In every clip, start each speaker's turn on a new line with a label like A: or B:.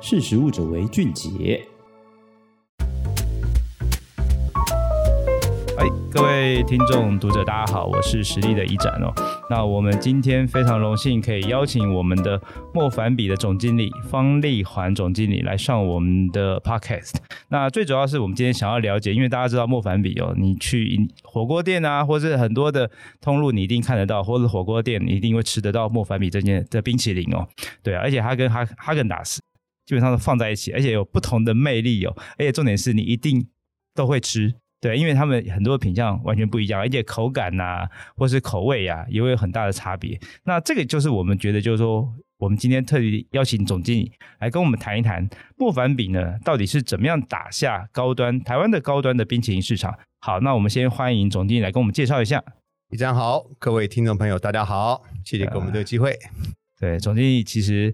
A: 识时务者为俊杰。
B: 哎，各位听众、读者，大家好，我是实力的一展哦。那我们今天非常荣幸可以邀请我们的莫凡比的总经理方丽环总经理来上我们的 podcast。那最主要是我们今天想要了解，因为大家知道莫凡比哦，你去火锅店啊，或是很多的通路，你一定看得到，或者火锅店你一定会吃得到莫凡比这件的冰淇淋哦。对啊，而且它跟哈哈根达斯基本上都放在一起，而且有不同的魅力哦。而且重点是你一定都会吃。对，因为他们很多品相完全不一样，而且口感呐、或是口味呀、也会有很大的差别。那这个就是我们觉得，就是说，我们今天特地邀请总经理来跟我们谈一谈莫凡比呢，到底是怎么样打下高端台湾的高端的冰淇淋市场。好，那我们先欢迎总经理来跟我们介绍一下。
C: 李长好，各位听众朋友，大家好，谢谢给我们这个机会。
B: 对，总经理其实，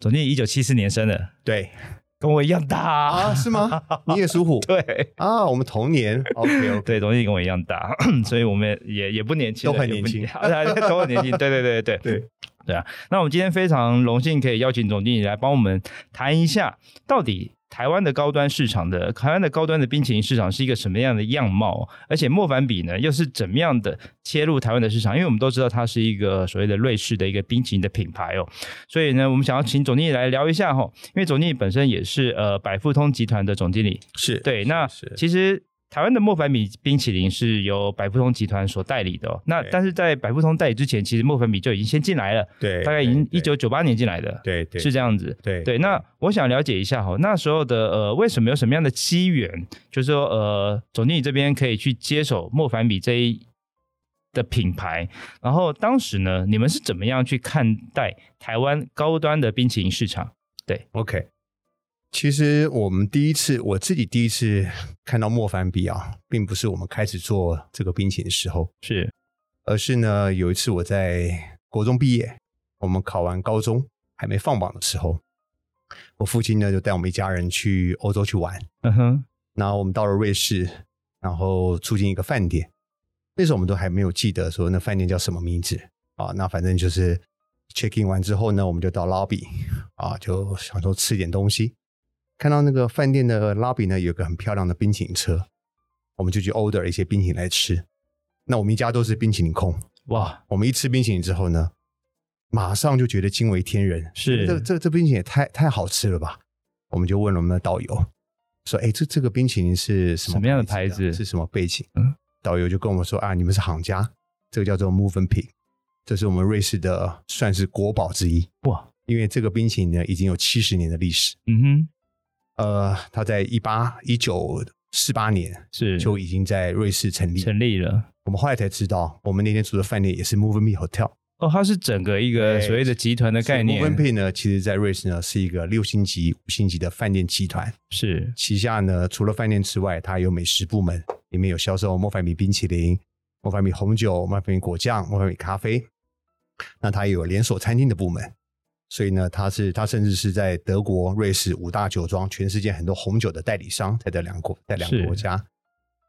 B: 总经理一九七四年生的，
C: 对
B: 跟我一样大
C: 啊，是吗？你也属虎
B: 对。
C: 啊？我们同年，OK OK，
B: 对，总经理跟我一样大， 所以我们也也不年轻了，
C: 都很
B: 也不
C: 年
B: 都很年轻。对对对对
C: 对
B: 对啊！那我们今天非常荣幸可以邀请总经理来帮我们谈一下，到底台湾的高端市场的台湾的高端的冰淇淋市场是一个什么样的样貌，而且莫凡比呢又是怎么样的切入台湾的市场？因为我们都知道它是一个所谓的瑞士的一个冰淇淋的品牌哦，所以呢，我们想要请总经理来聊一下哈、哦，因为总经理本身也是呃百富通集团的总经理，
C: 是
B: 对，那
C: 是
B: 其实台湾的莫凡米冰淇淋是由百富通集团所代理的、哦。那
C: 对
B: 但是在百富通代理之前，其实莫凡米就已经先进来了，
C: 对，
B: 大概已经
C: 对
B: 一九九八年进来的，
C: 对对
B: 是这样子。
C: 对
B: 对，那我想了解一下哈，那时候的呃，为什么有什么样的机缘，就是说呃，总经理这边可以去接手莫凡比这一的品牌，然后当时呢，你们是怎么样去看待台湾高端的冰淇淋市场？
C: OK。其实我们第一次，我自己第一次看到莫凡比啊，并不是我们开始做这个冰淇淋的时候，
B: 是
C: 而是呢，有一次我在国中毕业，我们考完高中还没放榜的时候，我父亲呢就带我们一家人去欧洲去玩。
B: 嗯哼，
C: 然后我们到了瑞士，然后住进一个饭店。那时候我们都还没有记得说那饭店叫什么名字啊，那反正就是 check in 完之后呢，我们就到 lobby 啊，就想说吃点东西。看到那个饭店的 lobby 呢，有个很漂亮的冰淇淋车，我们就去 order 一些冰淇淋来吃。那我们一家都是冰淇淋控，
B: 哇，
C: 我们一吃冰淇淋之后呢，马上就觉得惊为天人，
B: 是
C: 这这这冰淇淋也太太好吃了吧？我们就问了我们的导游，说：“哎，这这个冰淇淋是什么
B: 什么样的
C: 牌啊
B: 牌子
C: 是什么背景？”
B: 嗯
C: 导游就跟我们说：“啊，你们是行家，这个叫做 Moven Pig，这是我们瑞士的算是国宝之一。
B: 哇，
C: 因为这个冰淇淋呢已经有七十年的历史，
B: 嗯哼，
C: 呃，它在一八一九四八年
B: 是
C: 就已经在瑞士成立。
B: 成立了。
C: 我们后来才知道，我们那天住的饭店也是 Moven Pig Hotel。”
B: 哦，它是整个一个
C: 对
B: 所谓的集团的概念，
C: 温佩呢，其实在瑞士呢是一个六星级、五星级的饭店集团，
B: 是
C: 旗下呢除了饭店之外，它有美食部门，里面有销售莫凡米冰淇淋、莫凡米红酒、莫凡米果酱、莫凡米咖啡。那它也有连锁餐厅的部门，所以呢，它是它甚至是在德国、瑞士五大酒庄，全世界很多红酒的代理商在这两国在两个
B: 是
C: 国家。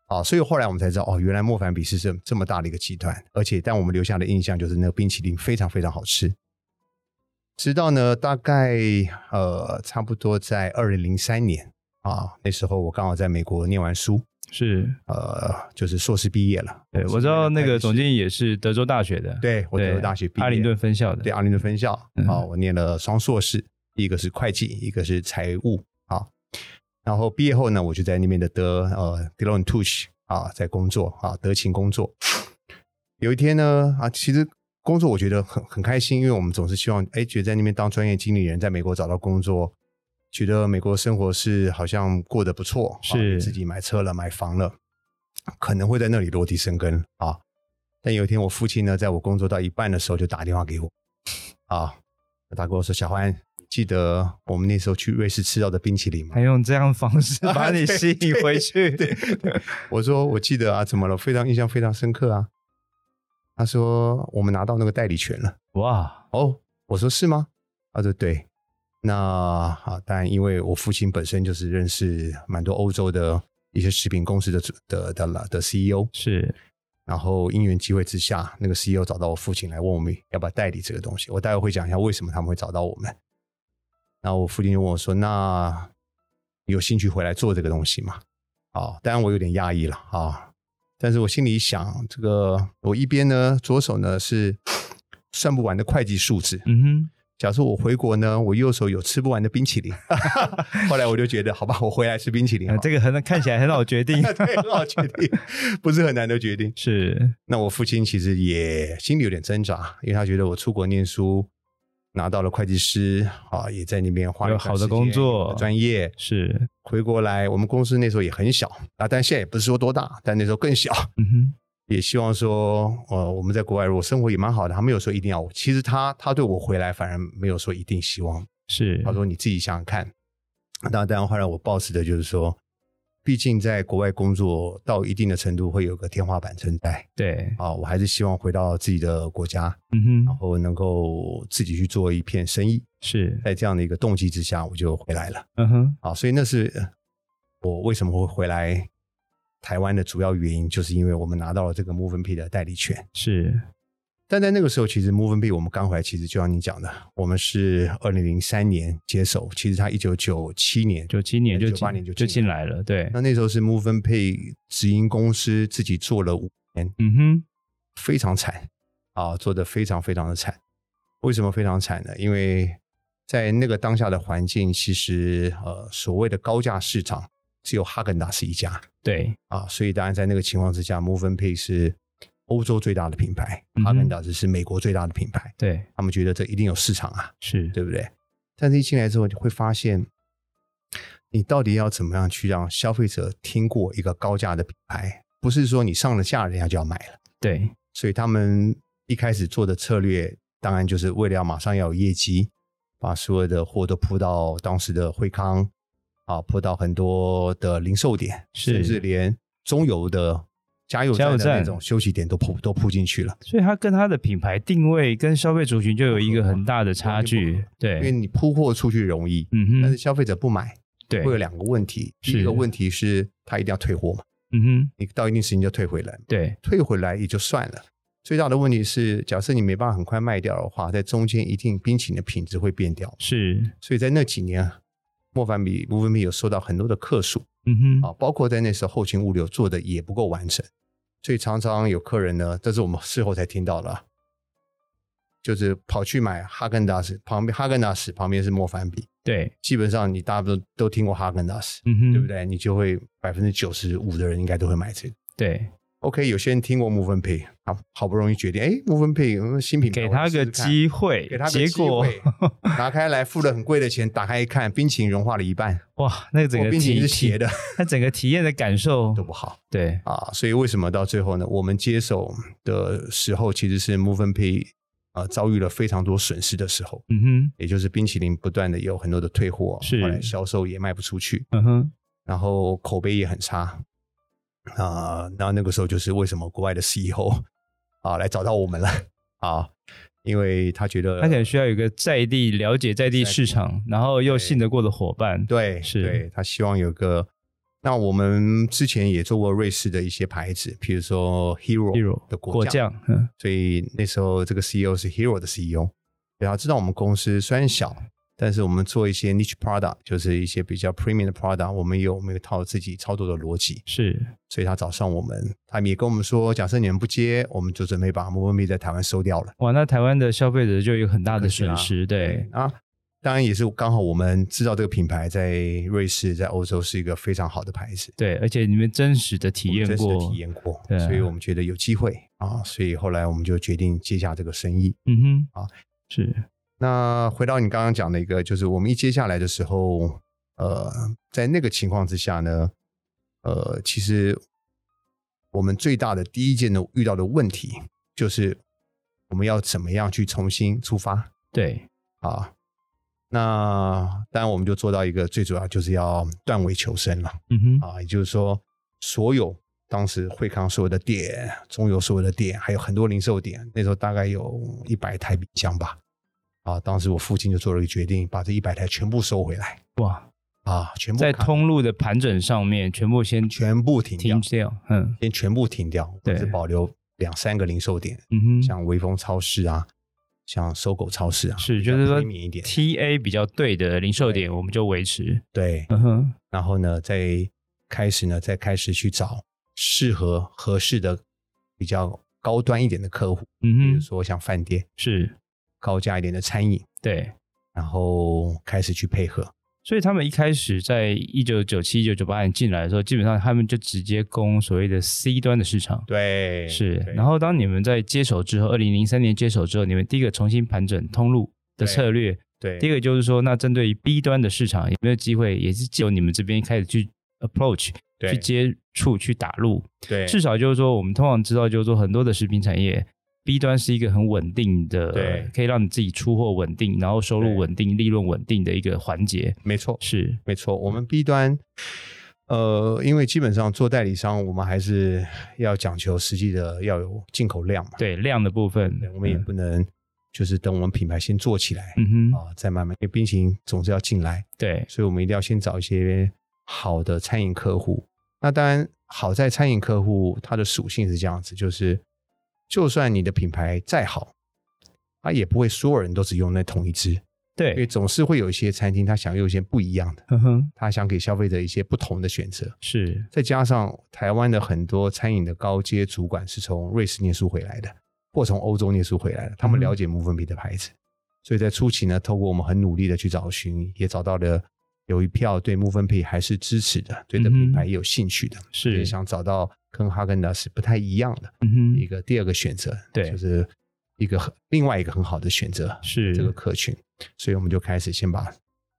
C: 啊，所以后来我们才知道，哦，原来莫凡比是这这么大的一个集团，而且但我们留下的印象就是那个冰淇淋非常非常好吃。直到呢，大概呃，差不多在二零零三年啊，那时候我刚好在美国念完书，
B: 是，
C: 呃，就是硕士毕业了。
B: 对我知道那个总
C: 理，
B: 经理也是德州大学的，
C: 对我德州大学毕业，
B: 阿灵顿分校的，
C: 对阿灵顿分校啊、
B: 嗯
C: 我念了双硕士，一个是会计，一个是财务啊。然后毕业后呢，我就在那边的德呃 d i l o n t u s h 啊，在工作啊，德勤工作。有一天呢，啊，其实工作我觉得很很开心，因为我们总是希望，哎，觉得在那边当专业经理人，在美国找到工作，觉得美国生活是好像过得不错，啊
B: 是
C: 自己买车了，买房了，可能会在那里落地生根啊。但有一天，我父亲呢，在我工作到一半的时候就打电话给我，啊，他跟我说：“小欢，记得我们那时候去瑞士吃到的冰淇淋吗
B: 他用这样的方式 把 你吸引回去，对？”
C: 我说：“我记得啊，怎么了？非常印象非常深刻啊。”他说：“我们拿到那个代理权了。”
B: 哇，
C: 哦，我说是吗？他说对。那啊，当然，因为我父亲本身就是认识蛮多欧洲的一些食品公司的主的的的 E 的 CEO，
B: 是
C: 然后因缘机会之下，那个 E CEO 找到我父亲来问我们要不要代理这个东西。我待会会讲一下为什么他们会找到我们。然后我父亲就问我说：“那有兴趣回来做这个东西吗？”啊，当然我有点压抑了啊，但是我心里一想，这个我一边呢，左手呢是算不完的会计数字，
B: 嗯哼，
C: 假设我回国呢，我右手有吃不完的冰淇淋。后来我就觉得，好吧，我回来吃冰淇淋好
B: 呃
C: 了，
B: 这个很看起来很好决定，
C: 对很好决定，不是很难的决定。
B: 是，
C: 那我父亲其实也心里有点挣扎，因为他觉得我出国念书拿到了会计师啊，也在那边花了
B: 有
C: 一段
B: 好的
C: 时间
B: 工作
C: 有的专业，
B: 是，
C: 回国来，我们公司那时候也很小啊，但现在也不是说多大，但那时候更小。
B: 嗯哼，
C: 也希望说，呃，我们在国外如果生活也蛮好的，他没有说一定要我。其实他他对我回来反而没有说一定希望
B: 是
C: 他，说你自己想想看。那当然，后来我抱持的就是说，毕竟在国外工作到一定的程度，会有个天花板存在
B: 对，
C: 啊。我还是希望回到自己的国家，
B: 嗯
C: 然
B: 哼，
C: 后能够自己去做一片生意。
B: 是，
C: 在这样的一个动机之下，我就回来了
B: 嗯哼，
C: 啊。所以那是呃我为什么会回来台湾的主要原因，就是因为我们拿到了这个 Move and Pay 的代理权。
B: 是，
C: 但在那个时候，其实 Move and Be 我们刚回来，其实就像你讲的，我们是二零零三年接手，其实他一九九七年
B: 九七年就进
C: 八年就
B: 就进
C: 进来。
B: 来了，对，
C: 那那时候是 Move and Pay 直营公司自己做了五，
B: 嗯哼，
C: 非常惨啊，做的非常非常的惨。为什么非常惨呢？因为在那个当下的环境，其实呃所谓的高价市场只有哈根达斯一家
B: 对，
C: 啊，所以当然在那个情况之下，Move and Pay 是欧洲最大的品牌，
B: 嗯哼
C: 哈根达斯是美国最大的品牌。
B: 对，
C: 他们觉得这一定有市场啊，
B: 是，
C: 对不对？但是一进来之后，你会发现，你到底要怎么样去让消费者听过一个高价的品牌？不是说你上了架，人家就要买了。
B: 对，
C: 所以他们一开始做的策略，当然就是为了要马上要有业绩，把所有的货都铺到当时的惠康啊，铺到很多的零售点，
B: 是
C: 甚至连中油的加油
B: 加油
C: 站的那
B: 站
C: 种休息点都铺都铺进去了。
B: 所以它跟它的品牌定位跟消费族群就有一个很大的差距，
C: 因为
B: 对，
C: 你铺货出去容易，
B: 嗯
C: 但是
B: 哼，
C: 消费者不买，
B: 对
C: 会，有两个问题。第
B: 是
C: 一个问题是他一定要退货嘛，
B: 嗯哼，
C: 你到一定时间就退回来，
B: 对，
C: 退回来也就算了。最大的问题是，假设你没办法很快卖掉的话，在中间一定冰淇淋的品质会变掉。
B: 是，
C: 所以在那几年，啊莫凡比、无分比有收到很多的客诉
B: 嗯
C: 啊，
B: 哼，
C: 包括在那时候后勤物流做的也不够完整，所以常常有客人呢，这是我们事后才听到了，就是跑去买哈根达斯，旁边哈根达斯旁边是莫凡比，
B: 对，
C: 基本上你大部分都听过哈根达斯，
B: 嗯哼，
C: 对不？对？你就会百分之九十五的人应该都会买这个。
B: 对，
C: OK，有些人听过 Move and Pay，好好不容易决定，哎，Move and Pay 嗯新品牌，
B: 给
C: 我来
B: 他
C: 试试
B: 个
C: 看，
B: 机会，
C: 给他个
B: 结
C: 机
B: 果
C: 会，拿开来付了很贵的钱，打开一看，冰淇淋融化了一半，
B: 哇，那个整
C: 我
B: 个
C: 冰淇
B: 体
C: 淋是斜的，
B: 那整个体验的感受
C: 都，不好
B: 对，
C: 啊。所以为什么到最后呢？我们接手的时候，其实是 Move and Pay 呃遭遇了非常多损失的时候，
B: 嗯
C: 也就是冰淇淋不断的有很多的退货，
B: 是
C: 后来销售也卖不出去，
B: 哼，嗯哼，
C: 然后口碑也很差啊。那、那个时候就是为什么国外的 CEO 啊来找到我们了啊，因为他觉得
B: 他可能需要有一个在地了解在地市场，然后又信得过的伙伴，
C: 对
B: 是
C: 对他希望有个。那我们之前也做过瑞士的一些牌子，譬如说 Hero
B: ，Hero
C: 的
B: 果
C: 果酱，
B: 酱，嗯，
C: 所以那时候这个 CEO 是 Hero 的 E CEO，然后啊知道我们公司虽然小，但是我们做一些 niche product，就是一些比较 premium 的 product，我们有我们有一套自己操作的逻辑，
B: 是，
C: 所以他找上我们，他们也跟我们说，假设你们不接，我们就准备把 Move Me 在台湾收掉了。
B: 哇，那台湾的消费者就有很大的
C: 可惜啦
B: 损失，对，
C: 啊，当然也是刚好我们知道这个品牌在瑞士、在欧洲是一个非常好的牌子，
B: 对，而且你们真实的体验
C: 我们真实
B: 过
C: 地体，验过，
B: 对啊
C: 所以我们觉得有机会啊，所以后来我们就决定接下这个生意。
B: 嗯哼，
C: 啊，
B: 是，
C: 那回到你刚刚讲的一个，就是我们一接下来的时候，呃，在那个情况之下呢，呃，其实我们最大的第一件的遇到的问题就是我们要怎么样去重新出发
B: 对，
C: 啊？那当然，我们就做到一个最主要就是要断尾求生了
B: 嗯哼，
C: 啊，也就是说，所有当时惠康所有的店、中油所有的店，还有很多零售点，那时候大概有一百台冰箱吧。啊，当时我父亲就做了一个决定，把这一百台全部收回来
B: 哇，
C: 啊，全部
B: 在
C: 砍
B: 通路的盘整上面全部先
C: 全部停掉
B: 停，掉，嗯
C: 先全部停掉，
B: 对
C: 只保留两三个零售点，
B: 嗯哼，
C: 像微风超市啊，像搜狗超市啊，
B: 是
C: 比
B: 就
C: 较
B: 是说
C: premium 一点，
B: TA 比较对的零售点，我们就维持。
C: 对，
B: 嗯哼，
C: 然后呢，再开始呢，再开始去找适合合适的、比较高端一点的客户，比
B: 嗯
C: 如
B: 哼，
C: 说像饭店、
B: 是
C: 高价一点的餐饮，
B: 对。
C: 然后开始去配合。
B: 所以他们一开始在一九九七、一九九八年进来的时候，基本上他们就直接攻所谓的 C 端的市场。
C: 对
B: 是，
C: 对
B: 然后当你们在接手之后，二零零三年接手之后，你们第一个重新盘整通路的
C: 对
B: 策略，
C: 对
B: 第一个就是说，那针对于 B 端的市场有没有机会，也是借由你们这边开始去 approach、
C: 对
B: 去接触、去打入，
C: 对
B: 至少就是说，我们通常知道，就是说很多的食品产业，B 端是一个很稳定的
C: 对，
B: 可以让你自己出货稳定，然后收入
C: 对
B: 稳定、利润稳定的一个环节。
C: 没错
B: 是，
C: 没错，我们 B 端。呃，因为基本上做代理商，我们还是要讲求实际的要有进口量嘛。
B: 对量的部分
C: 对，，我们也
B: 嗯
C: 不能就是等我们品牌先做起来啊、
B: 嗯哼，
C: 再慢慢，因为冰淇淋总是要进来。
B: 对，
C: 所以我们一定要先找一些好的餐饮客户。那当然，好在餐饮客户它的属性是这样子，就是就算你的品牌再好，它也不会所有人都只用那同一支，因为
B: 对，
C: 总是会有一些餐厅它想用一些不一样的，
B: 哼哼，
C: 它想给消费者一些不同的选择。
B: 是，
C: 再加上台湾的很多餐饮的高阶主管是从瑞士念书回来的，或从欧洲念书回来的，他们
B: 嗯
C: 了解慕芬比的牌子，所以在初期呢，透过我们很努力的去找寻，也找到了有一票对慕芬比还是支持的，对
B: 嗯
C: 这
B: 哼
C: 品牌也有兴趣的，
B: 是
C: 也想找到跟哈根达斯不太一样的
B: 嗯
C: 一
B: 哼，
C: 个第二个选择，
B: 对
C: 就是一个很另外一个很好的选择，
B: 是
C: 这个客群，所以我们就开始先把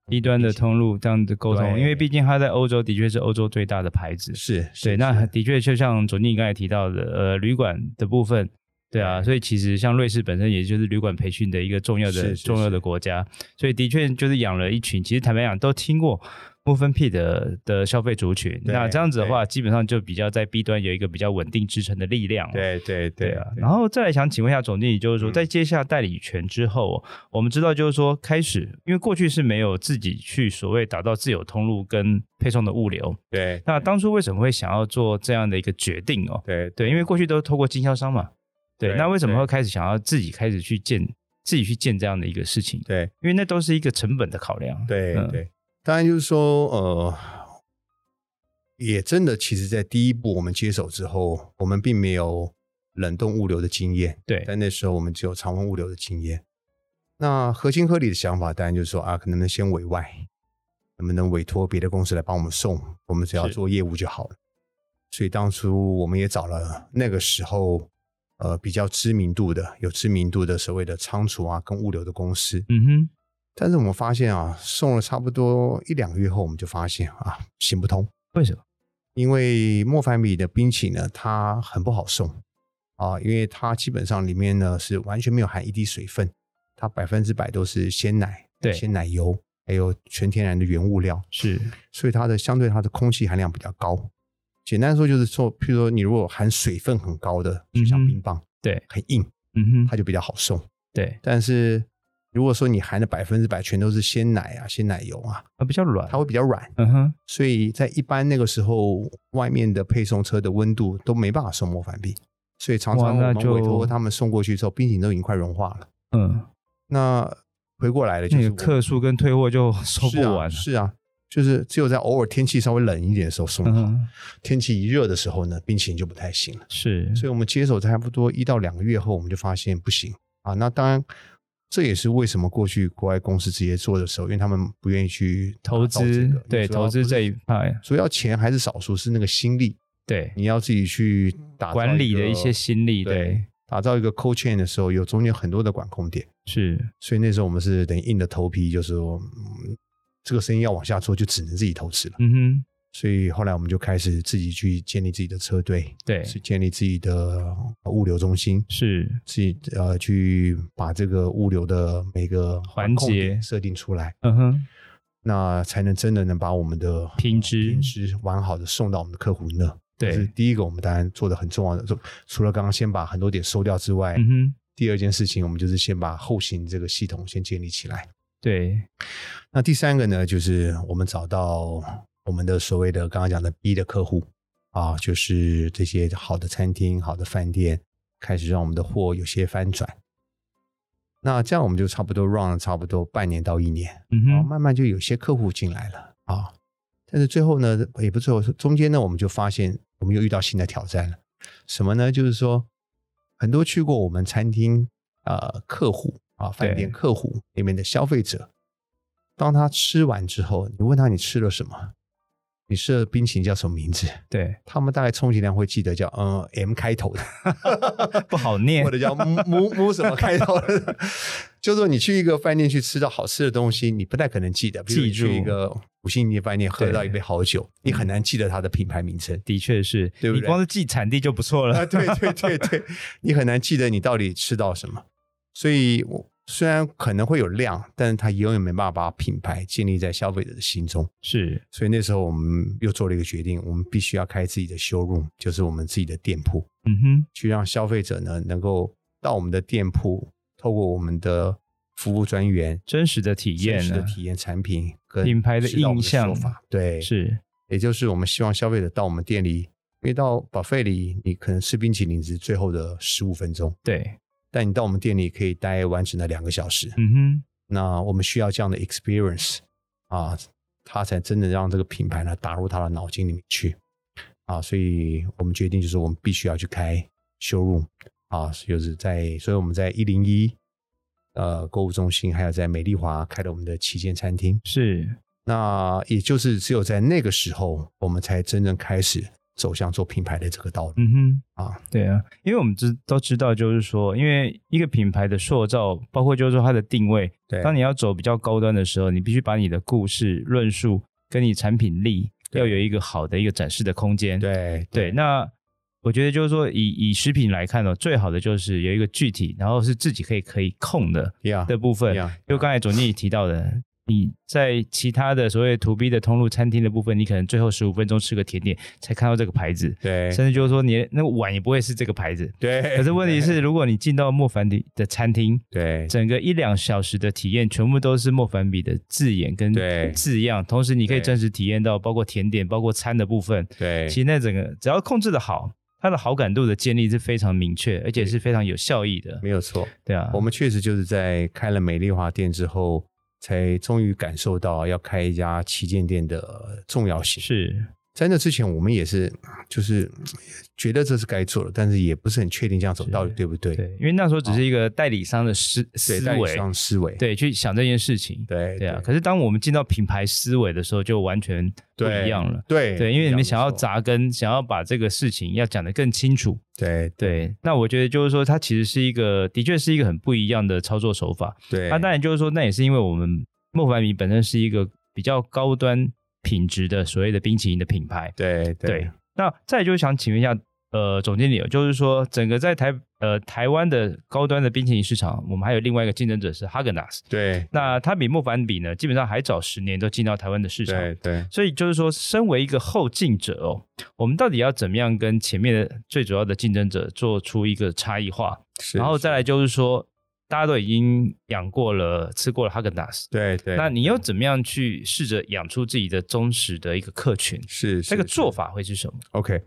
B: 一端的通路这样的沟通，
C: 对
B: 因为毕竟它在欧洲的确是欧洲最大的牌子，
C: 是是
B: 对，那
C: 是
B: 的确就像卓尼刚才提到的，呃，旅馆的部分，对啊，
C: 对
B: 所以其实像瑞士本身也就是旅馆培训的一个重要的
C: 是是
B: 重要的
C: 是
B: 国家，所以的确就是养了一群，其实坦白讲都听过不分 P 的的消费族群，
C: 对
B: 那这样子的话，基本上就比较在 B 端有一个比较稳定支撑的力量，。
C: 对对
B: 对啊，然后再来想请问一下总经理，就是说
C: 嗯
B: 在接下代理权之后哦，我们知道就是说开始，因为过去是没有自己去所谓打造自有通路跟配送的物流，
C: 对
B: 那当初为什么会想要做这样的一个决定哦？
C: 对
B: 对，因为过去都透过经销商嘛。对，
C: 对
B: 那为什么会开始想要自己开始去建，自己去建这样的一个事情？
C: 对。
B: 因为那都是一个成本的考量。
C: 对
B: 嗯
C: 对，当然就是说，呃，也真的，其实，在第一步我们接手之后，我们并没有冷冻物流的经验，
B: 对
C: 在那时候我们只有常温物流的经验。那合情合理的想法，当然就是说啊，可能能先委外，能不能委托别的公司来帮我们送，我们只要
B: 是
C: 做业务就好了。所以当初我们也找了那个时候呃比较知名度的、有知名度的所谓的仓储啊跟物流的公司，
B: 嗯哼，
C: 但是我们发现啊，送了差不多一两个月后，我们就发现啊，行不通，
B: 为什么？
C: 因为莫凡米的冰淇淋呢，它很不好送啊，因为它基本上里面呢是完全没有含一滴水分，它百分之百都是鲜奶、
B: 对
C: 鲜奶油，还有全天然的原物料，
B: 是
C: 所以它的相对它的空气含量比较高。简单说就是说，譬如说你如果含水分很高的，就
B: 嗯
C: 像
B: 哼
C: 冰棒，
B: 对
C: 很硬，
B: 嗯哼，
C: 它就比较好送。
B: 对，
C: 但是如果说你含的百分之百全都是鲜奶啊、鲜奶油啊，
B: 它比较软
C: 它。会比较软，
B: 嗯哼，
C: 所以在一般那个时候，外面的配送车的温度都没办法送莫凡币，所以常
B: 哇
C: 常
B: 那
C: 我们
B: 就
C: 委托他们送过去之后，冰淇淋都已经快融化了。
B: 嗯，
C: 那回过来了，就
B: 那
C: 是
B: 个
C: 我
B: 客数跟退货 就收不
C: 是啊
B: 完了。
C: 是啊，就是只有在偶尔天气稍微冷一点的时候送
B: 嗯
C: 好，
B: 哼，
C: 天气一热的时候呢，冰淇淋就不太行了。
B: 是
C: 所以我们接手差不多一到两个月后，我们就发现不行啊。那当然，这也是为什么过去国外公司直接做的时候，因为他们不愿意去
B: 投
C: 打造这
B: 资
C: 个，
B: 对
C: 主要
B: 投资
C: 不是
B: 这一块，
C: 主要钱还是少数，是那个心力，
B: 对
C: 你要自己去打造
B: 管理的
C: 个
B: 一些心力，
C: 对
B: 对，
C: 打造一个 co chain 的时候，有中间很多的管控点，
B: 是
C: 所以那时候我们是等于硬着头皮，就是说、嗯、这个生意要往下做，就只能自己投资了。
B: 嗯哼，
C: 所以后来我们就开始自己去建立自己的车队，
B: 对，
C: 是建立自己的物流中心，
B: 是，
C: 自己呃去把这个物流的每个
B: 环
C: 控点
B: 节
C: 设定出来，
B: 嗯哼，
C: 那才能真的能把我们的
B: 品质
C: 品质完好的送到我们的客户那。这是
B: 对，
C: 第一个，我们当然做的很重要的，就除了刚刚先把很多点收掉之外，
B: 嗯哼，
C: 第二件事情我们就是先把后勤这个系统先建立起来。
B: 对，
C: 那第三个呢，就是我们找到我们的所谓的刚刚讲的 B 的客户啊，就是这些好的餐厅、好的饭店，开始让我们的货有些翻转。那这样我们就差不多 run 了差不多半年到一年，
B: 嗯
C: 然后
B: 哼，
C: 慢慢就有些客户进来了啊。但是最后呢，也不是最后，中间呢，我们就发现我们又遇到新的挑战了。什么呢？就是说，很多去过我们餐厅呃客户啊，饭店
B: 对
C: 客户里面的消费者，当他吃完之后，你问他你吃了什么，你吃的冰淇淋叫什么名字？
B: 对，
C: 他们大概充其量会记得叫嗯 M 开头的，
B: 不好念
C: 或，者叫母母母什么开头的。 就是说你去一个饭店去吃到好吃的东西，你不太可能记得。比如你
B: 记住
C: 去一个五星级饭店喝到一杯好酒，你很难记得它的品牌名称。
B: 的确是，
C: 对不
B: 你
C: 对
B: 光是记产地就不错了
C: 啊，。对对对对，你很难记得你到底吃到什么。所以我虽然可能会有量，但是它永远没办法把品牌建立在消费者的心中。
B: 是，
C: 所以那时候我们又做了一个决定，我们必须要开自己的 showroom，就是我们自己的店铺。
B: 嗯哼，
C: 去让消费者呢能够到我们的店铺，透过我们的服务专员
B: 真实的体验啊
C: 真实的
B: 呢
C: 体验产品跟
B: 品牌的
C: 知道我们
B: 印象
C: 说法，对，，
B: 是
C: 也就是我们希望消费者到我们店里，因为到 buffet 里你可能吃冰淇淋只是最后的十五分钟，
B: 对，
C: 但你到我们店里可以待完整的两个小时，
B: 嗯哼，
C: 那我们需要这样的 experience 啊，它才真的让这个品牌呢打入他的脑筋里面去啊，所以我们决定就是我们必须要去开 showroom 啊，就是在，所以我们在一零一呃购物中心，还有在美丽华开了我们的旗舰餐厅。
B: 是
C: 那也就是只有在那个时候，我们才真正开始走向做品牌的这个道路。
B: 嗯哼
C: 啊，
B: 对啊，因为我们知都知道，就是说，因为一个品牌的塑造，包括就是说它的定位，
C: 对
B: 当你要走比较高端的时候，你必须把你的故事论述跟你产品力
C: 对
B: 要有一个好的一个展示的空间。
C: 对
B: 对，那我觉得就是说以，以食品来看哦，最好的就是有一个具体，然后是自己可以可以控的
C: 呀
B: 的部分。
C: 呀，
B: 就刚才总经理提到的，你在其他的所谓 to B 的通路餐厅的部分，你可能最后十五分钟吃个甜点才看到这个牌子，
C: 对
B: 甚至就是说你那个碗也不会是这个牌子。
C: 对，
B: 可是问题
C: 对
B: 是，如果你进到莫凡迪的餐厅，
C: 对
B: 整个一两小时的体验全部都是莫凡比的字眼跟
C: 对
B: 字样，同时你可以
C: 对
B: 真实体验到包括甜点、包括餐的部分。
C: 对
B: 其实那整个只要控制的好，它的好感度的建立是非常明确，而且是非常有效益的
C: 没。有错。
B: 对啊，
C: 我们确实就是在开了美丽华店之后，才终于感受到要开一家旗舰店的重要性。
B: 是
C: 在那之前，我们也是就是觉得这是该做的，但是也不是很确定这样走到底对不对。
B: 对，因为那时候只是一个代理商的思
C: 对，
B: 思
C: 带
B: 维，
C: 上思维，
B: 对，去想这件事情。
C: 对
B: 对啊，可是当我们进到品牌思维的时候，就完全不
C: 对
B: 一样了。
C: 对
B: 对，因为你们想要
C: 找
B: 扎根，想要把这个事情要讲得更清楚。
C: 对
B: 对，那我觉得就是说，它其实是一个，的确是一个很不一样的操作手法。
C: 对
B: 啊那、当然就是说，那也是因为我们莫凡米本身是一个比较高端品质的所谓的冰淇淋的品牌。
C: 对
B: 对，那再就是想请问一下，呃，总经理哦，就是说整个在台呃台湾的高端的冰淇淋市场，我们还有另外一个竞争者是哈根达斯。
C: 对
B: 那它比莫凡比呢，基本上还早十年都进到台湾的市场。
C: 对对
B: 所以就是说，身为一个后进者哦，我们到底要怎么样跟前面的最主要的竞争者做出一个差异化？
C: 是
B: 然后再来就是说，大家都已经养过了、吃过了哈根达斯，
C: 对对，
B: 那你又怎么样去试着养出自己的忠实的一个客群？
C: 是
B: 那个
C: 是
B: 做法会是什么？
C: OK，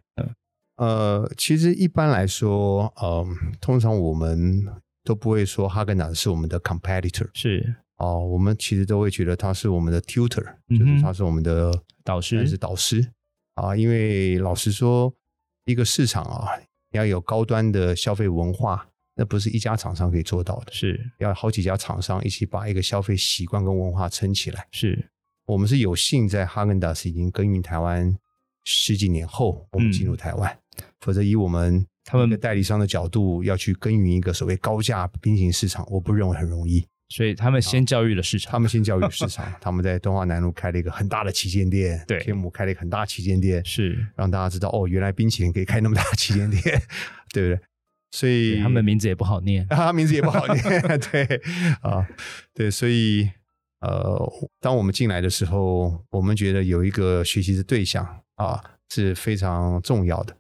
C: 呃，
B: 嗯
C: 其实一般来说，嗯，通常我们都不会说哈根达斯是我们的 competitor
B: 是
C: 哦，我们其实都会觉得它是我们的 tutor，、就
B: 嗯哼
C: 是它是我们的
B: 导
C: 算是
B: 师，
C: 导师啊。因为老实说，一个市场啊，你要有高端的消费文化，那不是一家厂商可以做到的，
B: 是
C: 要好几家厂商一起把一个消费习惯跟文化撑起来。
B: 是，
C: 我们是有幸在哈根达斯已经耕耘台湾十几年后，我们进入台湾，否则以我们
B: 嗯他们
C: 一个代理商的角度要去耕耘一个所谓高价冰淇淋市场，我不认为很容易。
B: 所以他们先教育了市场，
C: 他们先教育 市场，他们在东华南路开了一个很大的旗舰店，
B: 对
C: 天母开了一个很大的旗舰店，
B: 是
C: 让大家知道哦，原来冰淇淋可以开那么大的旗舰店， 对不对？所
B: 对
C: 以
B: 他们名字也不好 念，
C: 啊，名字也不好念，对啊，对，所以呃，当我们进来的时候，我们觉得有一个学习的对象啊是非常重要的。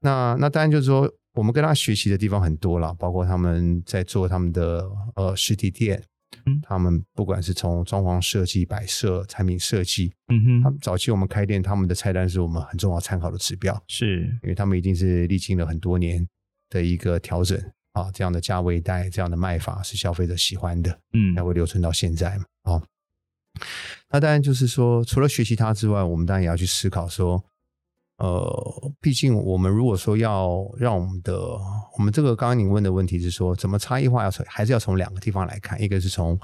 C: 那那当然就是说，我们跟他学习的地方很多了，包括他们在做他们的呃实体店
B: 嗯，
C: 他们不管是从装潢设计、摆设、产品设计，
B: 嗯
C: 他
B: 哼，
C: 们早期我们开店，他们的菜单是我们很重要参考的指标。
B: 是
C: 因为他们一定是历经了很多年的一个调整啊，这样的价位带、这样的卖法是消费者喜欢的，
B: 嗯
C: 才会留存到现在嘛。啊，那当然就是说，除了学习它之外，我们当然也要去思考说，呃，毕竟我们如果说要让我们的，我们这个刚刚您问的问题是说，怎么差异化要从还是要从两个地方来看，一个是从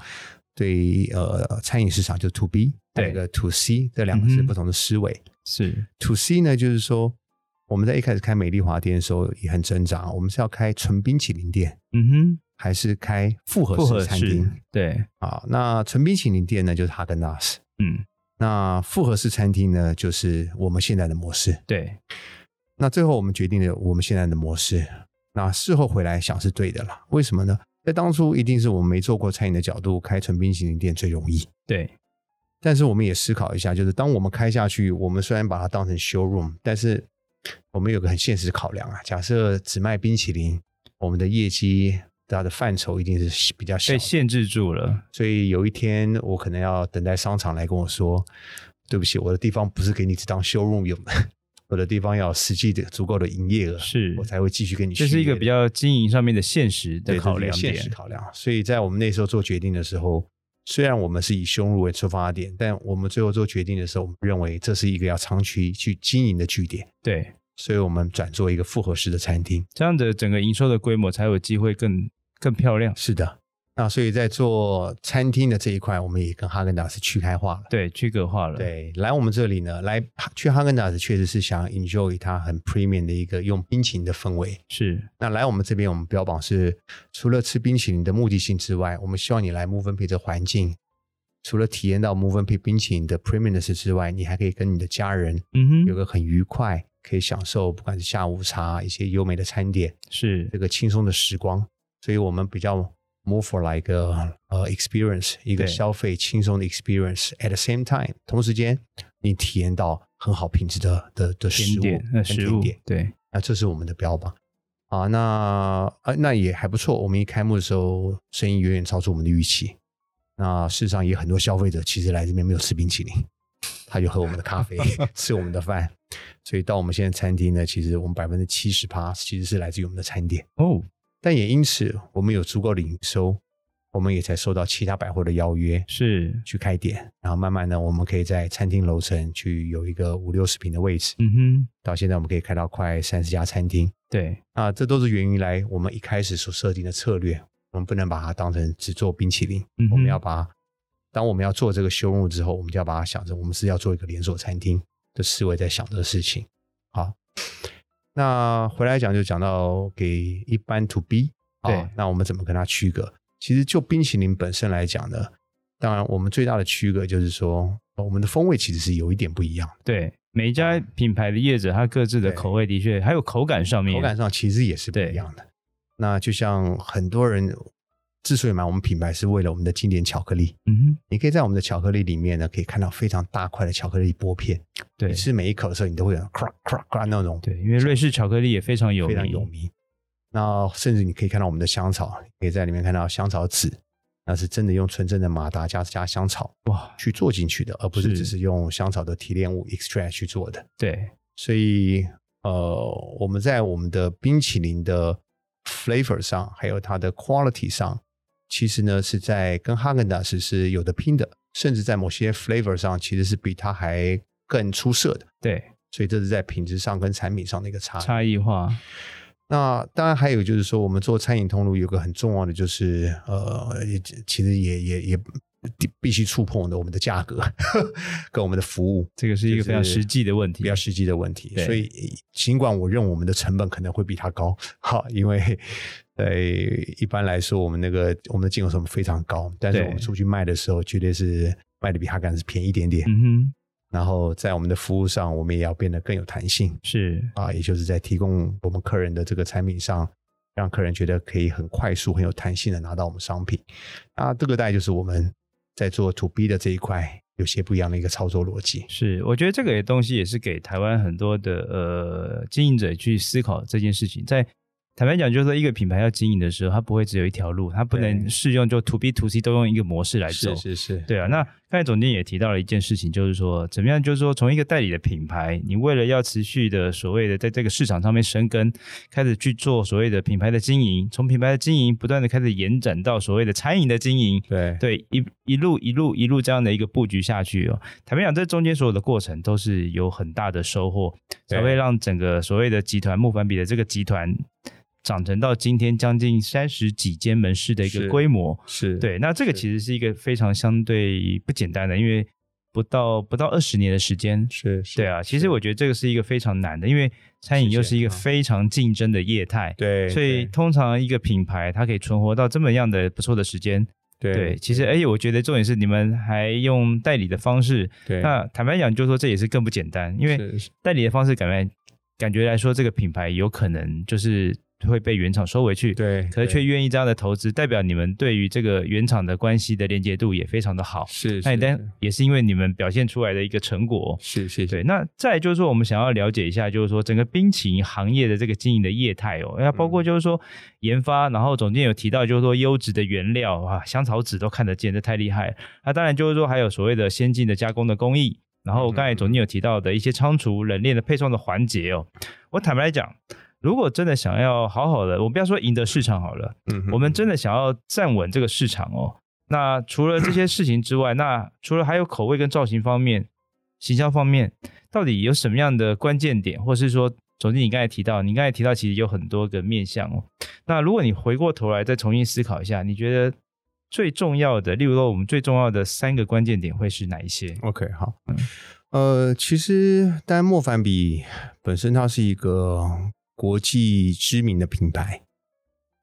C: 对呃餐饮市场就是 to B，
B: 对
C: 还有一个 to C，这两个是
B: 嗯哼
C: 不同的思维。
B: 是
C: to C 呢，就是说我们在一开始开美丽华店的时候也很挣扎，我们是要开纯冰淇淋店，
B: 嗯
C: 还是开复
B: 哼，复
C: 合
B: 合
C: 式餐
B: 式
C: 厅
B: 对，
C: 啊？那纯冰淇淋店呢，就是哈根达斯。
B: 嗯
C: 那复合式餐厅呢，就是我们现在的模式。
B: 对，
C: 那最后我们决定了我们现在的模式。那事后回来想是对的啦，为什么呢？在当初一定是我们没做过餐饮的角度开纯冰淇淋店最容易，
B: 对，
C: 但是我们也思考一下，就是当我们开下去，我们虽然把它当成 showroom，但是我们有个很现实的考量啊。假设只卖冰淇淋，我们的业绩它的范畴一定是比较小
B: 被
C: 的，
B: 限制住了，
C: 所以有一天我可能要等待商场来跟我说，对不起，我的地方不是给你只当 showroom 用的， 我的地方要有实际的足够的营业额，
B: 是
C: 我才会继续跟你续
B: 这是
C: 约的。
B: 一个比较经营上面的现实
C: 对
B: 的考量
C: 这是一个现实
B: 点，
C: 考量。所以在我们那时候做决定的时候，虽然我们是以胸乳为出发点，但我们最后做决定的时候，我们认为这是一个要长期去经营的据点，
B: 对，
C: 所以我们转做一个复合式的餐厅。
B: 这样的整个营收的规模才有机会更更漂亮，
C: 是的，那所以在做餐厅的这一块，我们也跟哈根达斯去开化了。
B: 对，区隔化了，，
C: 对，来我们这里呢，来去哈根达斯确实是想 enjoy 它很 premium 的一个用冰淇淋的氛围。
B: 是
C: 那来我们这边，我们标榜是除了吃冰淇淋的目的性之外，我们希望你来 Move n Pay 这环境，除了体验到 Move n Pay 冰淇淋的 premiumness 之外，你还可以跟你的家人
B: 嗯
C: 有
B: 哼，
C: 个很愉快，可以享受不管是下午茶、一些优美的餐点，
B: 是
C: 这个轻松的时光。所以我们比较 more for like 一个呃 experience，一个
B: 对
C: 消费轻松的 experience。At the same time，同时间你体验到很好品质的的的
B: 甜
C: 食物
B: 点，呃，
C: 跟
B: 食
C: 甜
B: 物
C: 点，
B: 对，
C: 那这是我们的标榜啊。那啊，那也还不错。我们一开幕的时候，生意远远超出我们的预期。那事实上也很多消费者其实来这边没有吃冰淇淋，他就喝我们的咖啡， 吃我们的饭。所以到我们现在餐厅呢，其实我们百分之七十趴其实是来自于我们的餐点，
B: 哦，
C: 但也因此我们有足够的营收，我们也才受到其他百货的邀约
B: 是，
C: 去开店。然后慢慢呢，我们可以在餐厅楼层去有一个五六十平的位置，
B: 嗯哼，
C: 到现在我们可以开到快三十家餐厅。
B: 对，
C: 啊，这都是源于来我们一开始所设定的策略。我们不能把它当成只做冰淇淋，
B: 嗯哼
C: 我们要把当我们要做这个修路之后，我们就要把它想成我们是要做一个连锁餐厅的思维在想这个事情。好，那回来讲就讲到给一般 to B，
B: 对
C: 啊，那我们怎么跟它区隔？其实就冰淇淋本身来讲呢，当然我们最大的区隔就是说，我们的风味其实是有一点不一样的，
B: 对，每一家品牌的业者，它各自的
C: 啊对
B: 口味的确，还有口感上面，
C: 口感上其实也是不
B: 对
C: 一样的。那就像很多人之所以买我们品牌，是为了我们的经典巧克力。
B: 嗯
C: 你可以在我们的巧克力里面呢，可以看到非常大块的巧克力薄片。
B: 哼，对
C: 你，吃每一口的时候，你都会有 crack crack crack 那种
B: 对，因为瑞士巧克力也非常有
C: 非常
B: 名
C: 有名。那甚至你可以看到我们的香草，你可以在里面看到香草籽，那是真的用纯正的马达加斯加香草
B: 哇，
C: 去做进去的，而不是
B: 是
C: 只是用香草的提炼物 extract 去做的。
B: 对，
C: 所以呃，我们在我们的冰淇淋的 flavor 上，还有它的 quality 上，其实呢是在跟哈根达斯是有的拼的，甚至在某些 flavor 上，其实是比它还更出色的。
B: 对，
C: 所以这是在品质上跟产品上的一个差异。
B: 差异化，
C: 那当然还有就是说，我们做餐饮通路有个很重要的就是呃，也其实也也也必须触碰的我们的价格 跟我们的服务。
B: 这个是一个非常实际的问题
C: 比，较实际的问题。
B: 对
C: 所以，呃尽管我认为我们的成本可能会比它高， 哈，因为呃，一般来说，我们那个我们的进口成本非常高，但是
B: 对
C: 我们出去卖的时候，绝对是卖的比哈根是便宜一点点。
B: 嗯哼，
C: 然后，在我们的服务上，我们也要变得更有弹性
B: 是，
C: 啊，也就是在提供我们客人的这个产品上。让客人觉得可以很快速、很有弹性的拿到我们商品，那这个大概就是我们在做 to B 的这一块有些不一样的一个操作逻辑。
B: 是，我觉得这个也东西也是给台湾很多的呃经营者去思考这件事情。在坦白讲，就是说一个品牌要经营的时候，它不会只有一条路，它不能
C: 对
B: 适用就 to B to C 都用一个模式来走。
C: 是是，
B: 对啊，那刚才总监也提到了一件事情，就是说怎么样，就是说从一个代理的品牌，你为了要持续的所谓的在这个市场上面生根，开始去做所谓的品牌的经营，从品牌的经营不断的开始延展到所谓的餐饮的经营，
C: 对
B: 对，一一路一路一路这样的一个布局下去哦。坦白讲，这中间所有的过程都是有很大的收获，才
C: 对
B: 会让整个所谓的集团莫凡比的这个集团长成到今天将近三十几间门市的一
C: 是
B: 个规模。
C: 是，
B: 对，那这个
C: 是
B: 其实是一个非常相对不简单的，因为不到不到二十年的时间。
C: 是是，
B: 对啊，其实我觉得这个是一个非常难的，因为餐饮
C: 谢
B: 又
C: 谢
B: 是一个
C: 啊
B: 非常竞争的业态。
C: 对，
B: 所以通常一个品牌它可以存活到这么样的不错的时间，
C: 对
B: 对，其实哎、我觉得重点是你们还用代理的方式。
C: 对，
B: 那坦白讲，就说这也是更不简单，因为
C: 是是
B: 代理的方式感觉感觉来说，这个品牌有可能就是会被原厂收回去。。
C: 对，
B: 可是
C: 对
B: 却愿意这样的投资，代表你们对于这个原厂的关系的连接度也非常的好。那
C: 是，是
B: 也但也是因为你们表现出来的一个成果。
C: 是谢谢
B: 对，，那再来就是说，我们想要了解一下，就是说整个冰淇淋行业的这个经营的业态哦，那包括就是说研发，然后总监有提到，就是说优质的原料啊，香草纸都看得见，这太厉害了。那当然就是说还有所谓的先进的加工的工艺，然后刚才总监有提到的一些仓储、冷链的配送的环节哦。我坦白来讲，如果真的想要好好的，我们不要说赢得市场好了，
C: 嗯哼
B: 我们真的想要站稳这个市场哦。那除了这些事情之外，那除了还有口味跟造型方面、行销方面，到底有什么样的关键点，或是说，总之你刚才提到，你刚才提到其实有很多个面向哦。那如果你回过头来再重新思考一下，你觉得最重要的，例如说我们最重要的三个关键点会是哪一些？
C: OK，好。
B: 嗯
C: 呃，其实当然，莫凡比本身它是一个国际知名的品牌，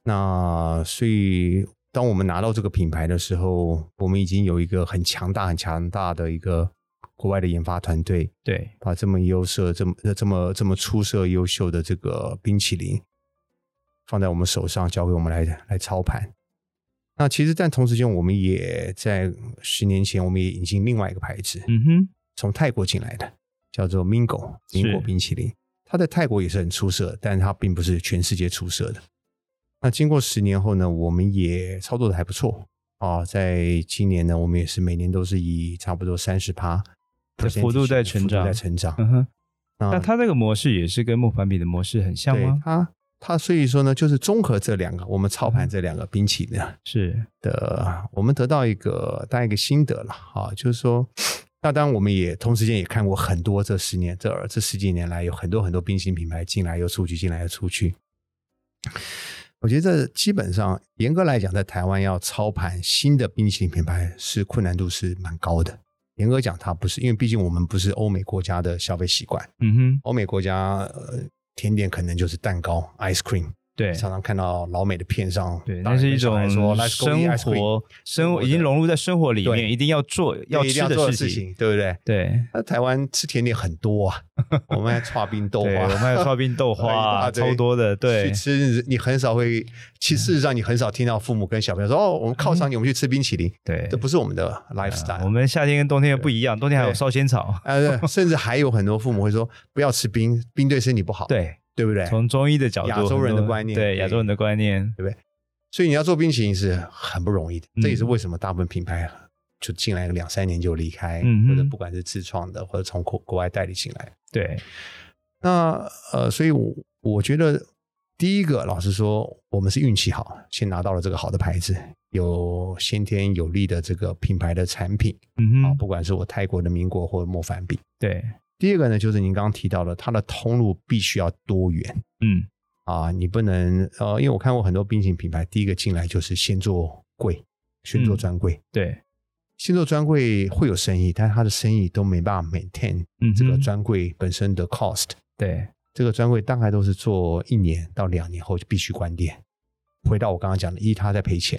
C: 那所以当我们拿到这个品牌的时候，我们已经有一个很强大、很强大的一个国外的研发团队，
B: 对，
C: 把这么优秀、这么呃这么这么出色、优秀的这个冰淇淋放在我们手上，交给我们来来操盘。那其实，但同时间，我们也在十年前，我们也引进另外一个牌子，
B: 嗯哼，
C: 从泰国进来的，叫做 Mingo
B: 是
C: 民果冰淇淋。它在泰国也是很出色，但它并不是全世界出色的。那经过十年后呢，我们也操作的还不错啊。在今年呢，我们也是每年都是以差不多三十趴
B: 的幅度在成长
C: 在成长。
B: 嗯哼。
C: 那
B: 那它这个模式也是跟木凡比的模式很像
C: 啊对
B: 吗？
C: 它它所以说呢，就是综合这两个，我们操
B: 嗯
C: 盘这两个冰淇淋啊
B: 是，
C: 的，我们得到一个大家一个心得了啊，就是说，那当然我们也同时间也看过很多这十年这这十几年来有很多很多冰淇淋品牌进来又出去，进来又出去。我觉得这基本上严格来讲，在台湾要操盘新的冰淇淋品牌是困难度是蛮高的。严格讲，它不是，因为毕竟我们不是欧美国家的消费习惯。
B: 嗯哼，
C: 欧美国家、呃、甜点可能就是蛋糕 （ice cream），
B: 对，
C: 常常看到老美的片上，
B: 对，
C: 当
B: 那
C: 然
B: 是一
C: 跟小孩
B: 种
C: 说 “Let's go eat
B: 生
C: ice cream，
B: 活，生活已经融入在生活里面，
C: 对
B: 一定要做
C: 对一
B: 吃
C: 定要做
B: 的
C: 的事
B: 情。
C: 情，对不对？
B: 对，
C: 那台湾吃甜点很 多啊，我们还刨冰豆
B: 对，
C: 花，
B: 我们还 有刨冰豆
C: 一
B: 花
C: 大
B: 啊，
C: 堆
B: 超多的，对嗯
C: 去，吃你很少会，其实事实上你很少听到父母跟小朋友说：“哦，我们犒赏你，我们去吃冰淇淋。”
B: 对啊
C: 这不是我们的
B: 我
C: lifestyle。
B: 们夏天跟冬天又不一样，冬天还有
C: 对
B: 烧仙 草。
C: 呃，甚至还有很多父母会说：“不要吃冰，冰对身体不好。”
B: 对，
C: 对不对？
B: 从中医的角度，
C: 亚洲人
B: 很
C: 的
B: 多
C: 观念
B: 对
C: 对
B: 亚洲人的观念，
C: 所以你要做冰淇淋是很不容易的，
B: 嗯
C: 这也是为什么大部分品牌就进来个两三年就离开，
B: 嗯哼
C: 或者不管是自创的，或者从国国外代理进来。
B: 对，
C: 那呃，所以我我觉得第一个，老实说，我们是运气好，先拿到了这个好的牌子，有先天有利的这个品牌的产品
B: 嗯
C: 啊，
B: 哼，
C: 不管是我泰国的民国或者莫凡比。
B: 对，
C: 第二个呢，就是您刚刚提到的，它的通路必须要多元。
B: 嗯，
C: 啊，你不能呃，因为我看过很多冰淇淋品牌，第一个进来就是先做柜，先做
B: 嗯
C: 专柜，
B: 对，
C: 先做专柜会有生意，但是他的生意都没办法 maintain
B: 嗯哼，
C: 这个专柜本身的 cost，、
B: 对，
C: 这个专柜大概都是做一年到两年后就必须关店。回到我刚刚讲的，一他在赔钱，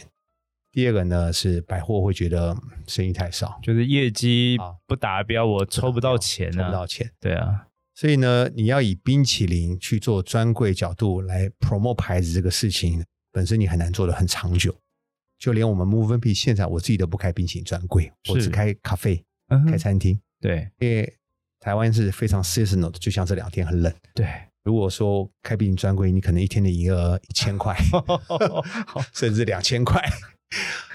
C: 第二个呢是百货会觉得嗯生意太少，
B: 就是业绩
C: 啊
B: 不达标，我抽不到钱
C: 抽不
B: 啊
C: 到，钱，
B: 对啊，
C: 所以呢，你要以冰淇淋去做专柜角度来 promote 牌子这个事情，本身你很难做的很长久。就连我们 Move N P 现在我自己都不开冰淇淋专柜，
B: 是
C: 我只开咖啡、
B: 嗯哼
C: 开餐厅。
B: 对
C: 台湾是非常 seasonal 的，就像这两天很冷。
B: 对，
C: 如果说 开冰淇淋专柜，你可能一天的营业额一千块，甚至两千块。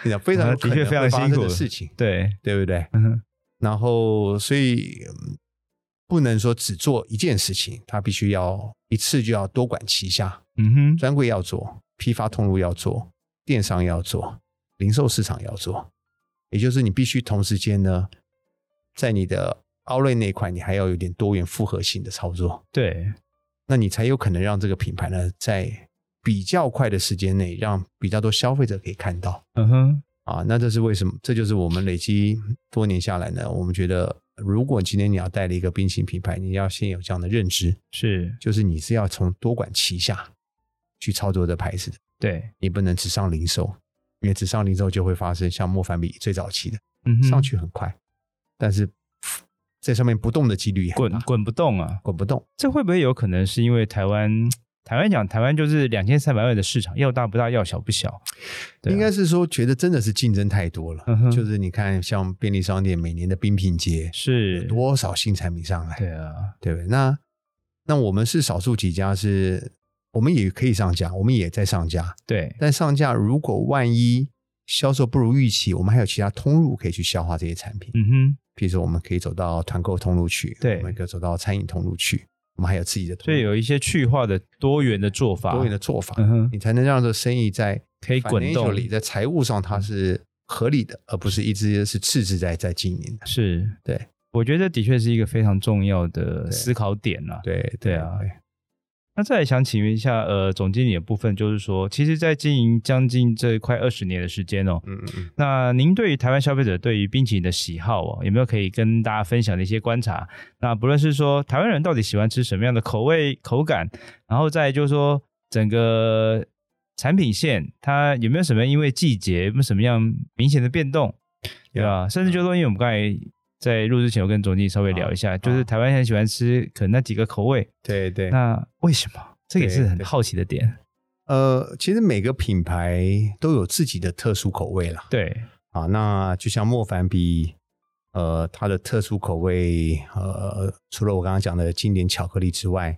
C: 你讲非常有
B: 的
C: 可
B: 确
C: 能
B: 非常
C: 会发
B: 辛
C: 生
B: 苦
C: 的事情，
B: 对，
C: 对不对？
B: 嗯哼
C: 然后，所以嗯不能说只做一件事情，他必须要一次就要多管齐下，
B: 嗯哼，
C: 专柜要做，批发通路要做，电商要做，零售市场要做，也就是你必须同时间呢，在你的 outlet 那一块，你还要有点多元复合性的操作，
B: 对，
C: 那你才有可能让这个品牌呢，在比较快的时间内，让比较多消费者可以看到。
B: 嗯哼，
C: 啊，那这是为什么？这就是我们累积多年下来呢，我们觉得，如果今天你要带了一个冰淇淋品牌，你要先有这样的认知，
B: 是，
C: 就是你是要从多管齐下去操作这牌子的，
B: 对，
C: 你不能只上零售，因为只上零售就会发生像莫凡比最早期的
B: 嗯哼，
C: 上去很快，但是噗在上面不动的几率也很
B: 滚
C: 大
B: 滚不动啊，
C: 滚不动，
B: 这会不会有可能是因为台湾？台湾讲台湾就是两千三百万的市场，要大不大，要小不小，对啊
C: 应该是说觉得真的是竞争太多了，
B: 嗯哼
C: 就是你看像便利商店每年的冰品节有
B: 是，
C: 多少新产品上来，
B: 对啊，
C: 对不对？那那我们是少数几家是，我们也可以上架，我们也在上架，
B: 对，
C: 但上架如果万一销售不如预期，我们还有其他通路可以去消化这些产品，
B: 嗯哼，
C: 比如说我们可以走到团购通路去，
B: 对
C: 我们可以走到餐饮通路去，我们还有自己的
B: 所
C: 通
B: 以
C: 路。
B: 有一些去化的多元的做法，
C: 多元的做法，
B: 嗯哼
C: 你才能让这生意在
B: 可以滚动嗯
C: financially，在财务上它是合理的，而不是一直是赤字在在经营的。
B: 是
C: 对，
B: 我觉得的确是一个非常重要的
C: 对
B: 思考点啦、
C: 对
B: 对啊那再来想请问一下，呃，总经理的部分，就是说，其实，在经营将近这快二十年的时间哦，
C: 嗯嗯嗯。
B: 那您对于台湾消费者对于冰淇淋的喜好哦，有没有可以跟大家分享的一些观察？那不论是说台湾人到底喜欢吃什么样的口味、口感，然后再来就是说整个产品线它有没有什么因为季节有没有什么样明显的变动，对吧？甚至就是说，因为我们刚才在录之前，我跟总经理稍微聊一下，就是台湾很喜欢吃可能那几个口味，
C: 对对，
B: 那为什么？这个也是
C: 对
B: 很
C: 对
B: 好奇的点。
C: 呃，其实每个品牌都有自己的特殊口味啦。
B: 对，
C: 啊，那就像莫凡比，呃，它的特殊口味，呃，除了我刚刚讲的经典巧克力之外，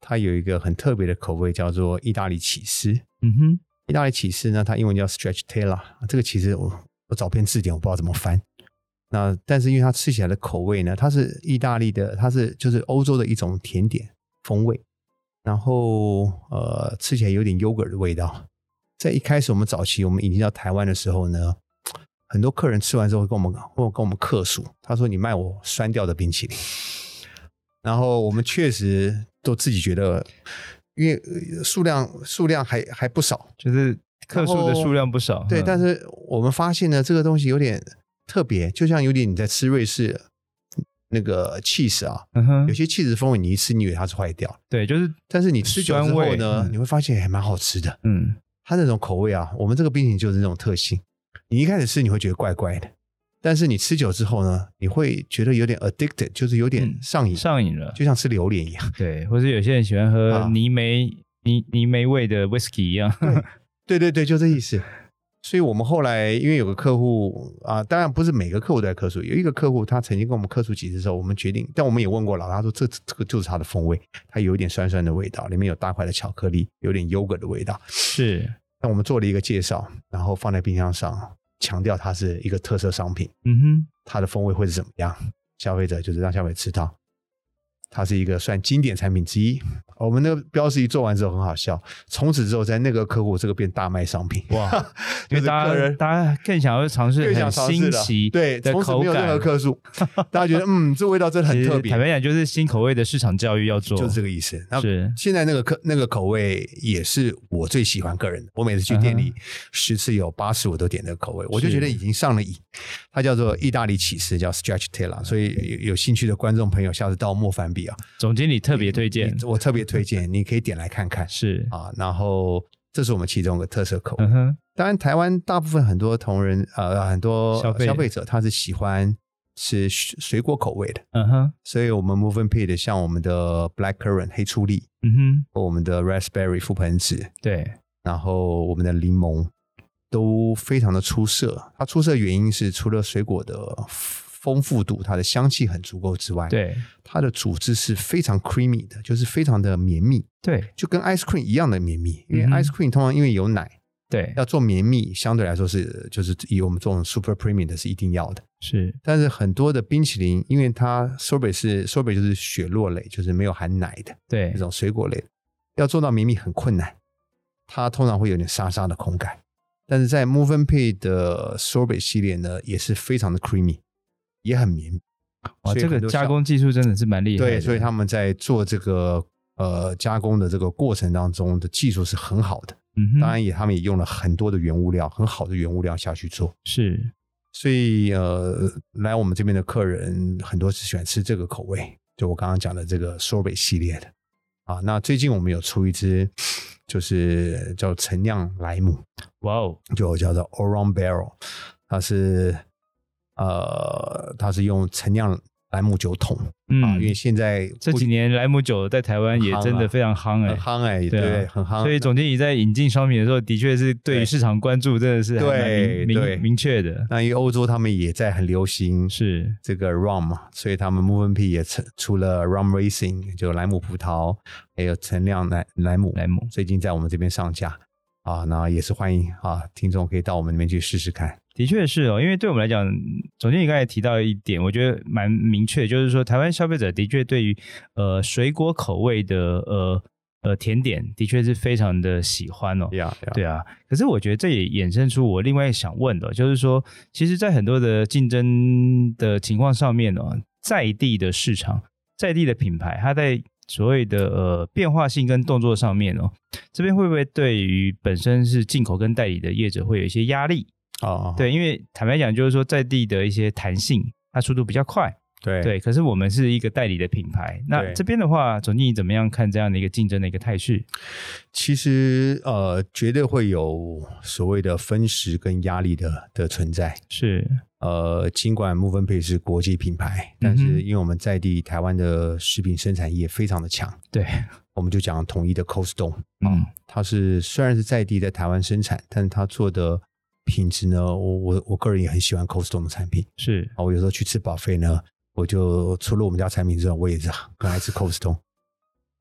C: 它有一个很特别的口味，叫做意大利起司。
B: 嗯哼，
C: 意大利起司呢，它英文叫 stretch teller，这个其实我我找遍字典，我不知道怎么翻。那但是因为它吃起来的口味呢，它是意大利的，它是就是欧洲的一种甜点风味，然后呃吃起来有点 yogurt 的味道。在一开始我们早期我们引进到台湾的时候呢，很多客人吃完之后会跟我们会跟我们客诉，他说你卖我酸掉的冰淇淋。然后我们确实都自己觉得，因为呃数量数量还还不少，
B: 就是克数的数量不少。
C: 对，
B: 嗯
C: 但是我们发现呢，这个东西有点特别，就像有点你在吃瑞士那个 cheese 啊，
B: 嗯哼，
C: 有些 cheese 风味你一吃，你以为它是坏掉，
B: 对，就是
C: 但是你吃久之
B: 酸
C: 后
B: 味
C: 呢，
B: 嗯
C: 你会发现还蛮好吃的。
B: 嗯，
C: 它那种口味啊，我们这个冰淇淋就是这种特性。你一开始吃你会觉得怪怪的，但是你吃久之后呢，你会觉得有点 addicted，就是有点
B: 嗯
C: 上瘾，
B: 上瘾了。
C: 就像吃榴莲一样。
B: 对，或者有些人喜欢喝
C: 啊嗯
B: 泥煤泥泥煤味的 whisky 一样。
C: 对对对，就这意思。所以我们后来因为有个客户啊，当然不是每个客户都在客诉，有一个客户他曾经跟我们客诉几次之后，我们决定，但我们也问过老他说这这个就是它的风味，它有一点酸酸的味道，里面有大块的巧克力，有点 yogurt 的味道。
B: 是，
C: 那我们做了一个介绍，然后放在冰箱上，强调它是一个特色商品，
B: 嗯哼，
C: 它的风味会是怎么样，消费者就是让消费者知道，它是一个算经典产品之一。我们那个标识一做完之后很好笑，从此之后在那个客户这个变大卖商品。
B: 哇，因
C: 就
B: 为
C: 是
B: 大
C: 客
B: 家
C: 人
B: 大家更想要尝试
C: 越想
B: 很
C: 尝试
B: 新
C: 了，
B: 奇
C: 对，
B: 的
C: 从此
B: 口
C: 没有任何
B: 感。
C: 客诉， 大家觉得嗯，这味道真的
B: 其
C: 很
B: 实
C: 特别
B: 坦，白讲，就是新口味的市场教育要做，
C: 就是这个意思。那
B: 是
C: 现在那个口那个口味也是我最喜欢个人的，我每次
B: 嗯
C: 去店里十次有八次我都点那个口味，我就觉得已经上了瘾。它叫做意大利起司，叫 Stretch t a i l o r 所以有有兴趣的观众朋友，下次到莫凡比啊，
B: 总经理特别推荐
C: 你，我特别推荐，你可以点来看看
B: 是，
C: 啊。然后这是我们其中一个特色口味。
B: 嗯哼，
C: 当然，台湾大部分很多同仁呃很多
B: 消费
C: 消费者他是喜欢吃水水果口味的，
B: 嗯哼，
C: 所以我们 Moving p i t 像我们的 Black Currant 黑醋栗，
B: 嗯哼，
C: 和我们的 Raspberry 覆盆子，
B: 对，
C: 然后我们的柠檬都非常的出色。它出色的原因是除了水果的丰富度，它的香气很足够之外，
B: 对，
C: 它的组织是非常 creamy 的，就是非常的绵密，
B: 对，
C: 就跟 ice cream 一样的绵密。因为
B: 嗯哼
C: ice cream 通常因为有奶，
B: 对，
C: 要做绵密，相对来说是就是以我们这种 super premium 的是一定要的。
B: 是
C: 但是很多的冰淇淋，因为它 sorbet 是 sorbet 就是雪落类，就是没有含奶的
B: 对
C: 那，种水果类的，要做到绵密很困难，它通常会有点沙沙的口感。但是在 Moven p a y 的 sorbet 系列呢，也是非常的 creamy，也很绵密。
B: 哇，
C: 所以
B: 这个
C: 很多
B: 加
C: 小
B: 工技术真的是蛮厉害的。
C: 对，所以他们在做这个呃加工的这个过程当中的技术是很好的，
B: 嗯哼，
C: 当然也他们也用了很多的原物料，很好的原物料下去做。
B: 是
C: 所以呃，来我们这边的客人很多是喜欢吃这个口味，就我刚刚讲的这个 sorbet 系列的啊。那最近我们有出一支，就是叫陈酿莱姆，
B: 哇哦，
C: 就叫做 Oran Barrel，它是呃，它是用陈酿莱姆酒桶啊，
B: 嗯
C: 因，为现在
B: 这
C: 不
B: 几年莱姆酒在台湾也真的非常夯哎
C: 很。夯哎、
B: 对啊
C: 对，很夯，
B: 所以总经理在引进商品的时候，的确是对于
C: 对
B: 市场关注真的是还蛮
C: 对
B: 明
C: 对
B: 明明确的，
C: 那因为欧洲他们也在很流行
B: 是
C: 这个 rum 嘛，所以他们 Moven P 也出出了 rum racing，就莱姆葡萄，还有陈酿莱莱姆，
B: 莱姆
C: 最近在我们这边上架啊，那也是欢迎啊，听众可以到我们那边去试试看。
B: 的确是哦，因为对我们来讲，总经理刚才提到一点，我觉得蛮明确，就是说台湾消费者的确对于呃水果口味的呃呃甜点，的确是非常的喜欢哦。
C: 呀呀，
B: 对啊，可是我觉得这也衍生出我另外想问的，就是说，其实，在很多的竞争的情况上面哦，在地的市场、在地的品牌，它在所谓的呃变化性跟动作上面哦，这边会不会对于本身是进口跟代理的业者会有一些压力？
C: 哦，
B: 对，因为坦白讲，就是说在地的一些弹性，它速度比较快，
C: 对
B: 对。可是我们是一个代理的品牌，那
C: 对
B: 这边的话，总经理怎么样看这样的一个竞争的一个态势？
C: 其实呃，绝对会有所谓的分食跟压力的的存在。
B: 是
C: 呃，尽管 Moven P 是国际品牌，
B: 嗯哼
C: 但是因为我们在地台湾的食品生产业非常的强，
B: 对，
C: 我们就讲统一的 Cold Stone。
B: 嗯，
C: 它是虽然是在地在台湾生产，但是它做的品质呢，我我我个人也很喜欢 Cold Stone 的产品
B: 是
C: 啊。我有时候去吃 buffet 呢，我就除了我们家产品之外，我也是很爱吃 Cold Stone。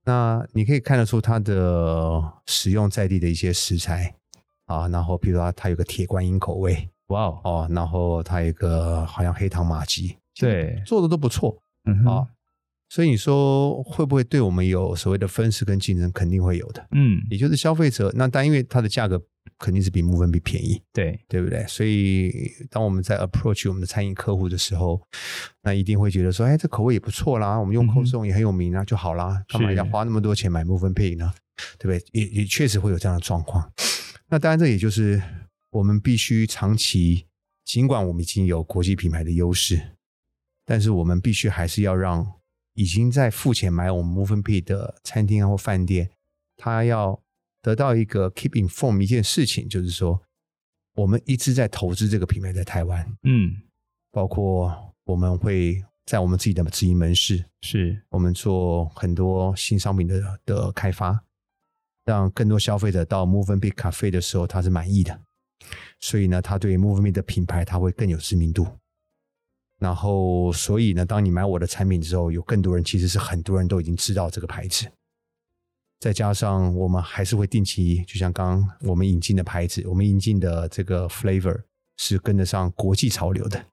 C: 那你可以看得出它的使用在地的一些食材啊，然后比如说它它有个铁观音口味
B: 哇哦，
C: 哦，然后它有一个好像黑糖玛吉，
B: 对，
C: 做的都不错。
B: 嗯哼
C: 啊，所以你说会不会对我们有所谓的分食跟竞争？肯定会有的。
B: 嗯，
C: 也就是消费者，那但因为它的价格肯定是比木分比便宜，
B: 对，
C: 对不对？所以当我们在 approach 我们的餐饮客户的时候，那一定会觉得说，哎，这口味也不错啦，我们用
B: 嗯哼
C: Cold Stone 也很有名啊，就好啦，干嘛
B: 是
C: 要花那么多钱买木分配呢？对不对？也也确实会有这样的状况。那当然，这也就是我们必须长期，尽管我们已经有国际品牌的优势，但是我们必须还是要让已经在付钱买我们 Move and Pay 的餐厅啊或饭店，他要得到一个 keep inform 一件事情，就是说我们一直在投资这个品牌在台湾，
B: 嗯，
C: 包括我们会在我们自己的直营门市，
B: 是
C: 我们做很多新商品的的开发，让更多消费者到 Move and Pay 咖啡的时候他是满意的，所以呢，他对 Move and Pay 的品牌他会更有知名度。然后，所以呢，当你买我的产品之后，有更多人其实是很多人都已经知道这个牌子。再加上我们还是会定期，就像刚刚我们引进的牌子，我们引进的这个 flavor 是跟得上国际潮流的，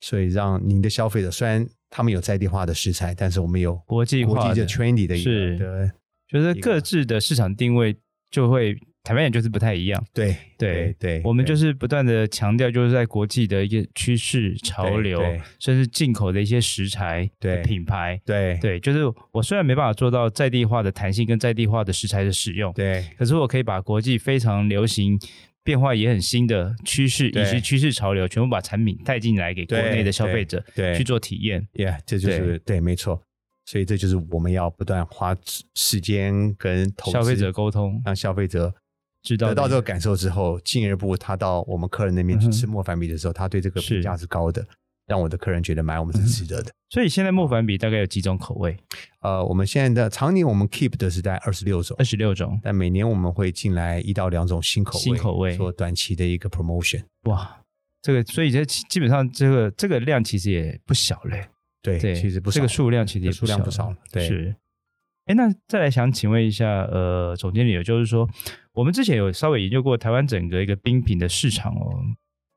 C: 所以让您的消费者虽然他们有在地化的食材，但是我们有
B: 国际
C: 国
B: 化
C: 际
B: 的
C: 的 trendy 的一
B: 是
C: 个的
B: 就是
C: 一
B: 各
C: 个
B: 自的市场定位就会，坦白讲就是不太一样。
C: 对
B: 对
C: 对，
B: 我们就是是不断的强调，就是在国际的一个趋势、潮
C: 对
B: 流
C: 对，
B: 甚至进口的一些食材、
C: 对
B: 品牌，
C: 对
B: 对，就是我虽然没办法做到在地化的弹性跟在地化的食材的使用，
C: 对
B: 可是我可以把国际非常流行、变化也很新的趋势以
C: 对
B: 及趋势潮流，全部把产品带进来给国
C: 对
B: 内的消
C: 对
B: 费者
C: 对
B: 去做体验。
C: ，yeah，这就是对，没错。所以这就是我们要不断花时间跟投资
B: 消费者沟通，
C: 让消费者
B: 知道
C: 得到
B: 的
C: 这个感受之后，进而步他到我们客人那边
B: 嗯
C: 去
B: 哼
C: 吃莫凡米的时候，他对这个
B: 是嗯
C: 评价是高的，让我的客人觉得买我们是值得的。
B: 所以现在莫凡比大概有几种口味？
C: 呃，我们现在的常年我们 keep 的是在二十六种
B: 二，十六种，
C: 但每年我们会进来一到两种新口味，
B: 新口味
C: 做短期的一个 promotion。
B: 哇，这个所以这基基本上这个这个量其实也不小嘞。
C: 对，
B: 对，
C: 其实不少
B: 这个数量其实也
C: 数量不少
B: 了
C: 了。对，
B: 是。哎，那再来想请问一下，呃，总经理，也就是说，我们之前有稍微研究过台湾整个一个冰品的市场哦，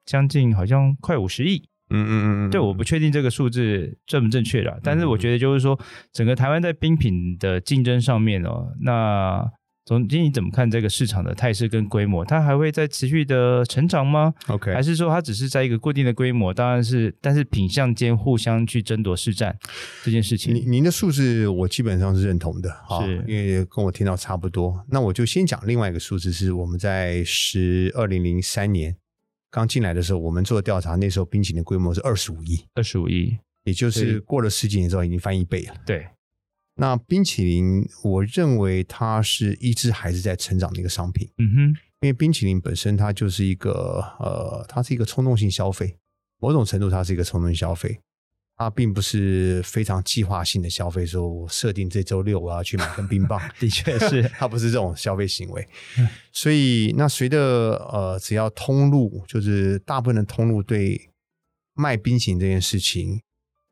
B: 将近好像快五十亿。
C: 嗯嗯嗯，嗯
B: 对，我不确定这个数字正不正确啦，但是我觉得就是说，整个台湾在冰品的竞争上面哦，那总经理怎么看这个市场的态势跟规模？它还会在持续的成长吗？
C: OK，
B: 还是说它只是在一个固定的规模？当然是，但是品相间互相去争夺市占这件事
C: 您
B: 情，
C: 您的数字我基本上是认同的啊
B: 是，
C: 因为跟我听到差不多。那我就先讲另外一个数字，是我们在十二零零三年刚进来的时候，我们做的调查，那时候冰淇淋的规模是二十五亿，
B: 二十五亿，
C: 也就
B: 对
C: 是过了十几年之后已经翻一倍了。
B: 对，
C: 那冰淇淋，我认为它是一直还是在成长的一个商品，
B: 嗯哼，
C: 因为冰淇淋本身它就是一个呃，它是一个冲动性消费，某种程度它是一个冲动性消费，它并不是非常计划性的消费，说我设定这周六我要去买根冰棒，
B: 的确是嗯
C: 它不是这种消费行为。所以那随着呃，只要通路就是大部分的通路对卖冰淇淋这件事情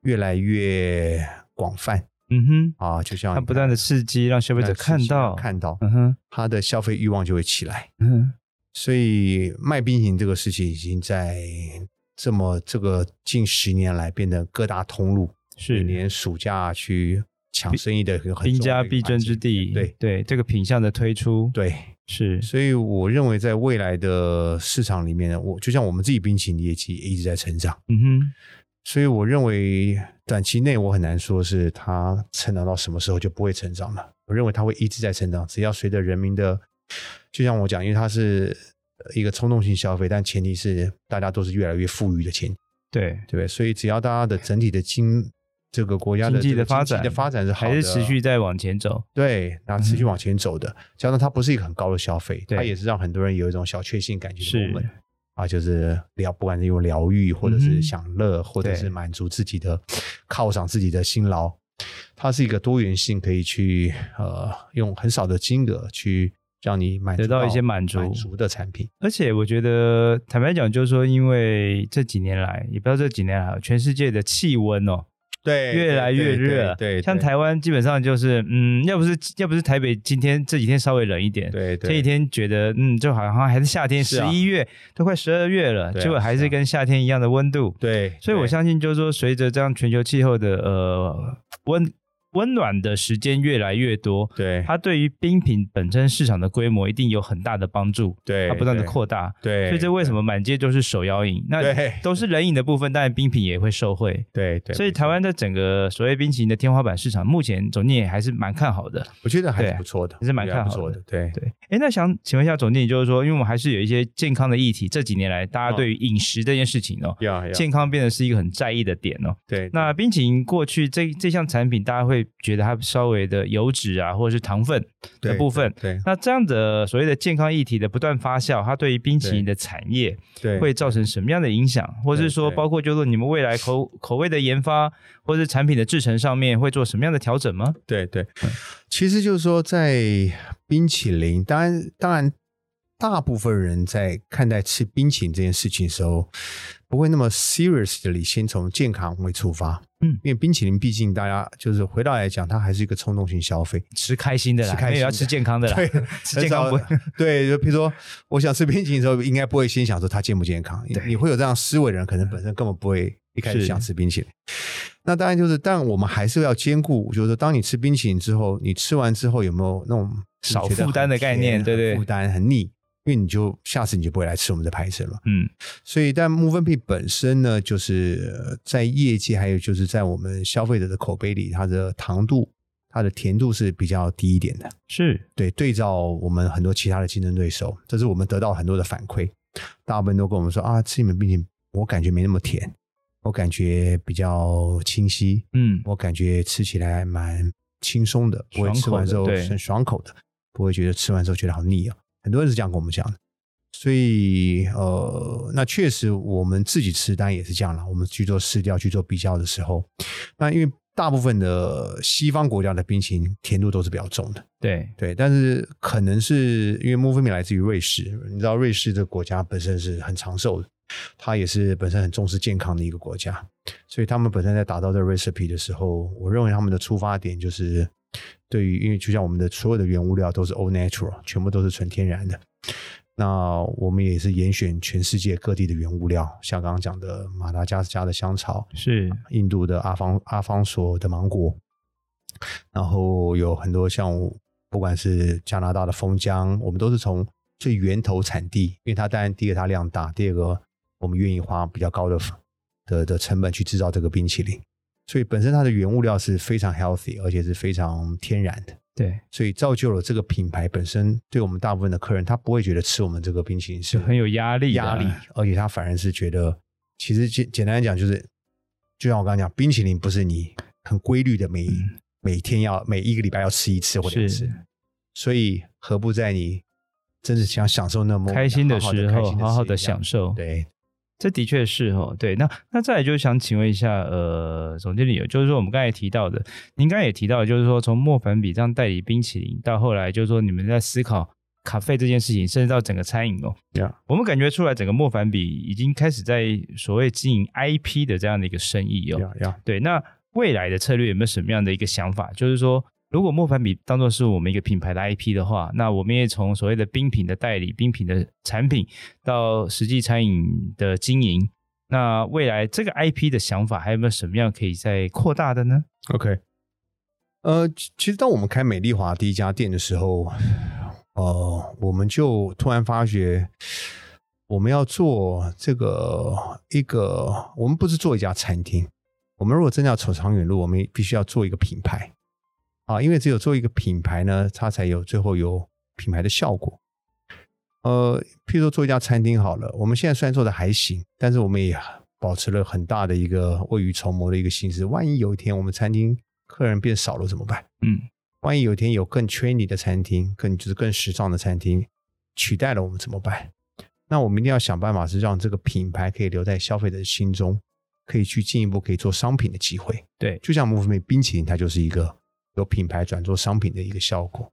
C: 越来越广泛
B: 嗯哼，
C: 啊，就像
B: 它不断的刺激让消费者看到，
C: 看到，
B: 嗯哼，
C: 他的消费欲望就会起来。
B: 嗯哼，
C: 所以卖冰淇淋这个事情已经在这么这个近十年来变得各大通路，每
B: 是。
C: 年暑假去抢生意的一个很
B: 兵
C: 重要
B: 家
C: 的一个
B: 必争之地，
C: 环节
B: 对这个品相的推出，
C: 对
B: 是
C: 对，所以我认为在未来的市场里面呢，我就像我们自己冰淇淋业绩也一直在成长，
B: 嗯哼，
C: 所以我认为短期内我很难说是它成长到什么时候就不会成长了。我认为它会一直在成长，只要随着人民的，就像我讲，因为它是呃一个冲动性消费，但前提是大家都是越来越富裕的前提，
B: 对，
C: 对不对？所以只要大家的整体的经这个国家的
B: 经济
C: 这个
B: 的发
C: 经济
B: 展
C: 的发展是好的，
B: 还是持续在往前走，
C: 对，那持续往前走的，加上它不是一个很高的消费，
B: 嗯对
C: 它也是让很多人有一种小确幸感觉的
B: 是
C: moment。啊，就是疗，不管是用疗愈，或者
B: 嗯哼
C: 是享乐，或者
B: 对
C: 是满足自己的犒赏自己的辛劳，它是一个多元性，可以去呃用很少的金额去让你满足
B: 得到一些满足
C: 满足的产品。
B: 而且我觉得，坦白讲，就是说，因为这几年来，也不知道这几年来，全世界的气温哦，
C: 对
B: 越来越热。
C: 对，
B: 像台湾基本上就是，嗯，要不是要不是台北今天这几天稍微冷一点，
C: 对
B: 这
C: 对
B: 几天觉得，嗯，就好像还是夏天，
C: 是
B: 十
C: 啊
B: 一月都快十二月了，
C: 对啊
B: 结果还是跟夏天一样的温度。
C: 对，
B: 所以我
C: 对
B: 相信，就是说，随着这样全球气候的呃温温暖的时间越来越多，
C: 对
B: 它对于冰品本身市场的规模一定有很大的帮助，
C: 对
B: 它不断的
C: 对
B: 扩大。
C: 对，
B: 所以这为什么满街都是手摇饮？那
C: 对
B: 都是冷饮的部分，当然冰品也会受惠。
C: 对对，
B: 所以
C: 没错
B: 台湾的整个所谓冰淇淋的天花板市场，目前总经理还是蛮看好的。
C: 我觉得还
B: 对
C: 是不错的，
B: 还是蛮
C: 我觉得
B: 看
C: 不
B: 好
C: 错
B: 的
C: 的，对
B: 对，哎，那想请问一下总经理，就是说，因为我们还是有一些健康的议题，这几年来大家
C: 嗯
B: 对于饮食这件事情哦，
C: 要要
B: 健康变得是一个很在意的点哦。
C: 对
B: 那冰淇淋过去这这项产品，大家会觉得它稍微的油脂啊，或者是糖分的
C: 对
B: 部分。
C: 对
B: 那这样的所谓的健康议题的不断发酵，它对于冰淇淋的产业
C: 对
B: 会造成什么样的影响，或是说
C: 对
B: 包括就是说你们未来口口味的研发，或是产品的制成上面会做什么样的调整吗？
C: 对对，
B: 嗯
C: 其实就是说，在冰淇淋，当然当然，大部分人在看待吃冰淇淋这件事情的时候，不会那么 seriously 先从健康为出发，
B: 嗯
C: 因为冰淇淋毕竟大家就是回到来讲，它还是一个冲动性消费，
B: 吃开心的啦，
C: 吃开心的
B: 没有要吃健康的啦，
C: 对，
B: 吃
C: 很
B: 健康
C: 少
B: 不
C: 对，就比如说，我想吃冰淇淋的时候，应该不会先想说它健不健康。你
B: 对
C: 你会有这样思维的人，可能本身根本不会一开始
B: 是
C: 想吃冰淇淋。那当然就是，但我们还是要兼顾，就是说，当你吃冰淇淋之后，你吃完之后有没有那种
B: 少
C: 你觉得
B: 负担的
C: 很
B: 概
C: 甜
B: 念对
C: 很
B: 对
C: 负担很腻，因为你就下次你就不会来吃我们的排程了。
B: 嗯，
C: 所以，但 Move P 本身呢，就是呃在业界还有就是在我们消费者的口碑里，它的糖度、它的甜度是比较低一点的。
B: 是
C: 对，对照我们很多其他的竞争对手，这是我们得到很多的反馈，大部分都跟我们说啊，吃你们冰淇淋，我感觉没那么甜，我感觉比较清晰，
B: 嗯，
C: 我感觉吃起来还蛮轻松的，不
B: 爽
C: 会吃
B: 口
C: 完
B: 的
C: 之后
B: 对
C: 很爽口的，不会觉得吃完之后觉得好腻啊。很多人是这样跟我们讲的，所以呃，那确实我们自己吃当然也是这样了。我们去做试调、去做比较的时候，那因为大部分的西方国家的冰淇淋甜度都是比较重的。
B: 对，
C: 对，但是可能是因为 Moving 来自于瑞士，你知道瑞士这个国家本身是很长寿的，它也是本身很重视健康的一个国家，所以他们本身在打造这个 recipe 的时候，我认为他们的出发点就是对于因为就像我们的所有的原物料都是 all natural，全部都是纯天然的。那我们也是严选全世界各地的原物料，像刚刚讲的马达加斯加的香草，
B: 是
C: 印度的阿方阿方索的芒果，然后有很多像不管是加拿大的枫浆，我们都是从最源头产地，因为它当然第一个它量大，第二个我们愿意花比较高的的的成本去制造这个冰淇淋，所以本身它的原物料是非常 healthy，而且是非常天然的，
B: 对，
C: 所以造就了这个品牌本身对我们大部分的客人，他不会觉得吃我们这个冰淇淋是
B: 就很有压力的，
C: 压力，而且他反而是觉得，其实简简单来讲就是，就像我刚刚讲，冰淇淋不是你很规律的每、
B: 嗯
C: 每天要每一个礼拜要吃一次或两次
B: 是，
C: 所以何不在你真的想享受那么
B: 开心的时候，好
C: 好
B: 好
C: 的
B: 的享受。，
C: 对，
B: 这的确是哦。对，那那再来就是想请问一下，呃，总经理，就是说我们刚才提到的，您刚才也提到，就是说从莫凡比这样代理冰淇淋，到后来就是说你们在思考咖啡这件事情，甚至到整个餐饮哦，
C: 这样
B: 我们感觉出来整个莫凡比已经开始在所谓经营 IP 的这样的一个生意哦
C: 这。样这样，
B: 对，那未来的策略有没有什么样的一个想法？就是说，如果莫凡比当做是我们一个品牌的 IP 的话，那我们也从所谓的冰品的代理、冰品的产品到实际餐饮的经营，那未来这个 IP 的想法还有没有什么样可以再扩大的呢？
C: OK，呃，其其实当我们开美丽华第一家店的时候，呃，我们就突然发觉，我们要做这个一个，我们不是做一家餐厅，我们如果真的要走长远路，我们必须要做一个品牌啊，因为只有做一个品牌呢，它才有最后有品牌的效果。呃，譬如说做一家餐厅好了，我们现在虽然做的还行，但是我们也保持了很大的一个未雨绸缪的一个心思。万一有一天我们餐厅客人变少了怎么办？
B: 嗯，
C: 万一有一天有更 trendy 的餐厅，更就是更时尚的餐厅取代了我们怎么办？那我们一定要想办法是让这个品牌可以留在消费者的心中，可以去进一步可以做商品的机会。
B: 对，
C: 就像 Movement 冰淇淋，它就是一个由品牌转做商品的一个效果。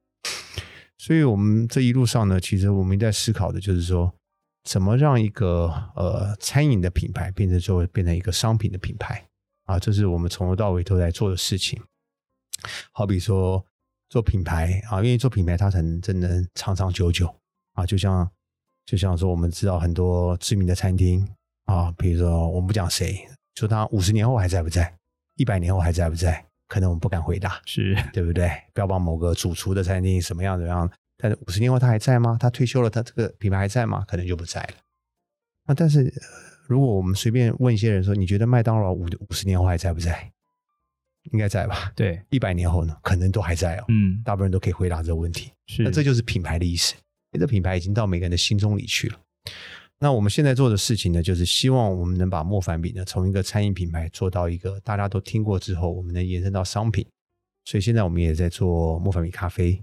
C: 所以，我们这一路上呢，其实我们在思考的就是说，怎么让一个呃餐饮的品牌变成作为变成一个商品的品牌啊，这是我们从头到尾都在做的事情。好比说做品牌啊，因为做品牌它才能真的长长久久啊，就像就像说我们知道很多知名的餐厅啊，比如说我们不讲谁，说他五十年后还在不在，一百年后还在不在，可能我们不敢回答，
B: 是，
C: 对不对？标榜某个主厨的餐厅什么样怎么样，但是五十年后他还在吗？他退休了，他这个品牌还在吗？可能就不在了。那但是呃如果我们随便问一些人说，你觉得麦当劳五五十年后还在不在？应该在吧？
B: 对，
C: 一百年后呢？可能都还在哦。
B: 嗯，
C: 大部分人都可以回答这个问题。
B: 是，
C: 那这就是品牌的意思，因为这品牌已经到每个人的心中里去了。那我们现在做的事情呢，就是希望我们能把莫凡比呢从一个餐饮品牌做到一个大家都听过之后，我们能延伸到商品。所以现在我们也在做莫凡比咖啡，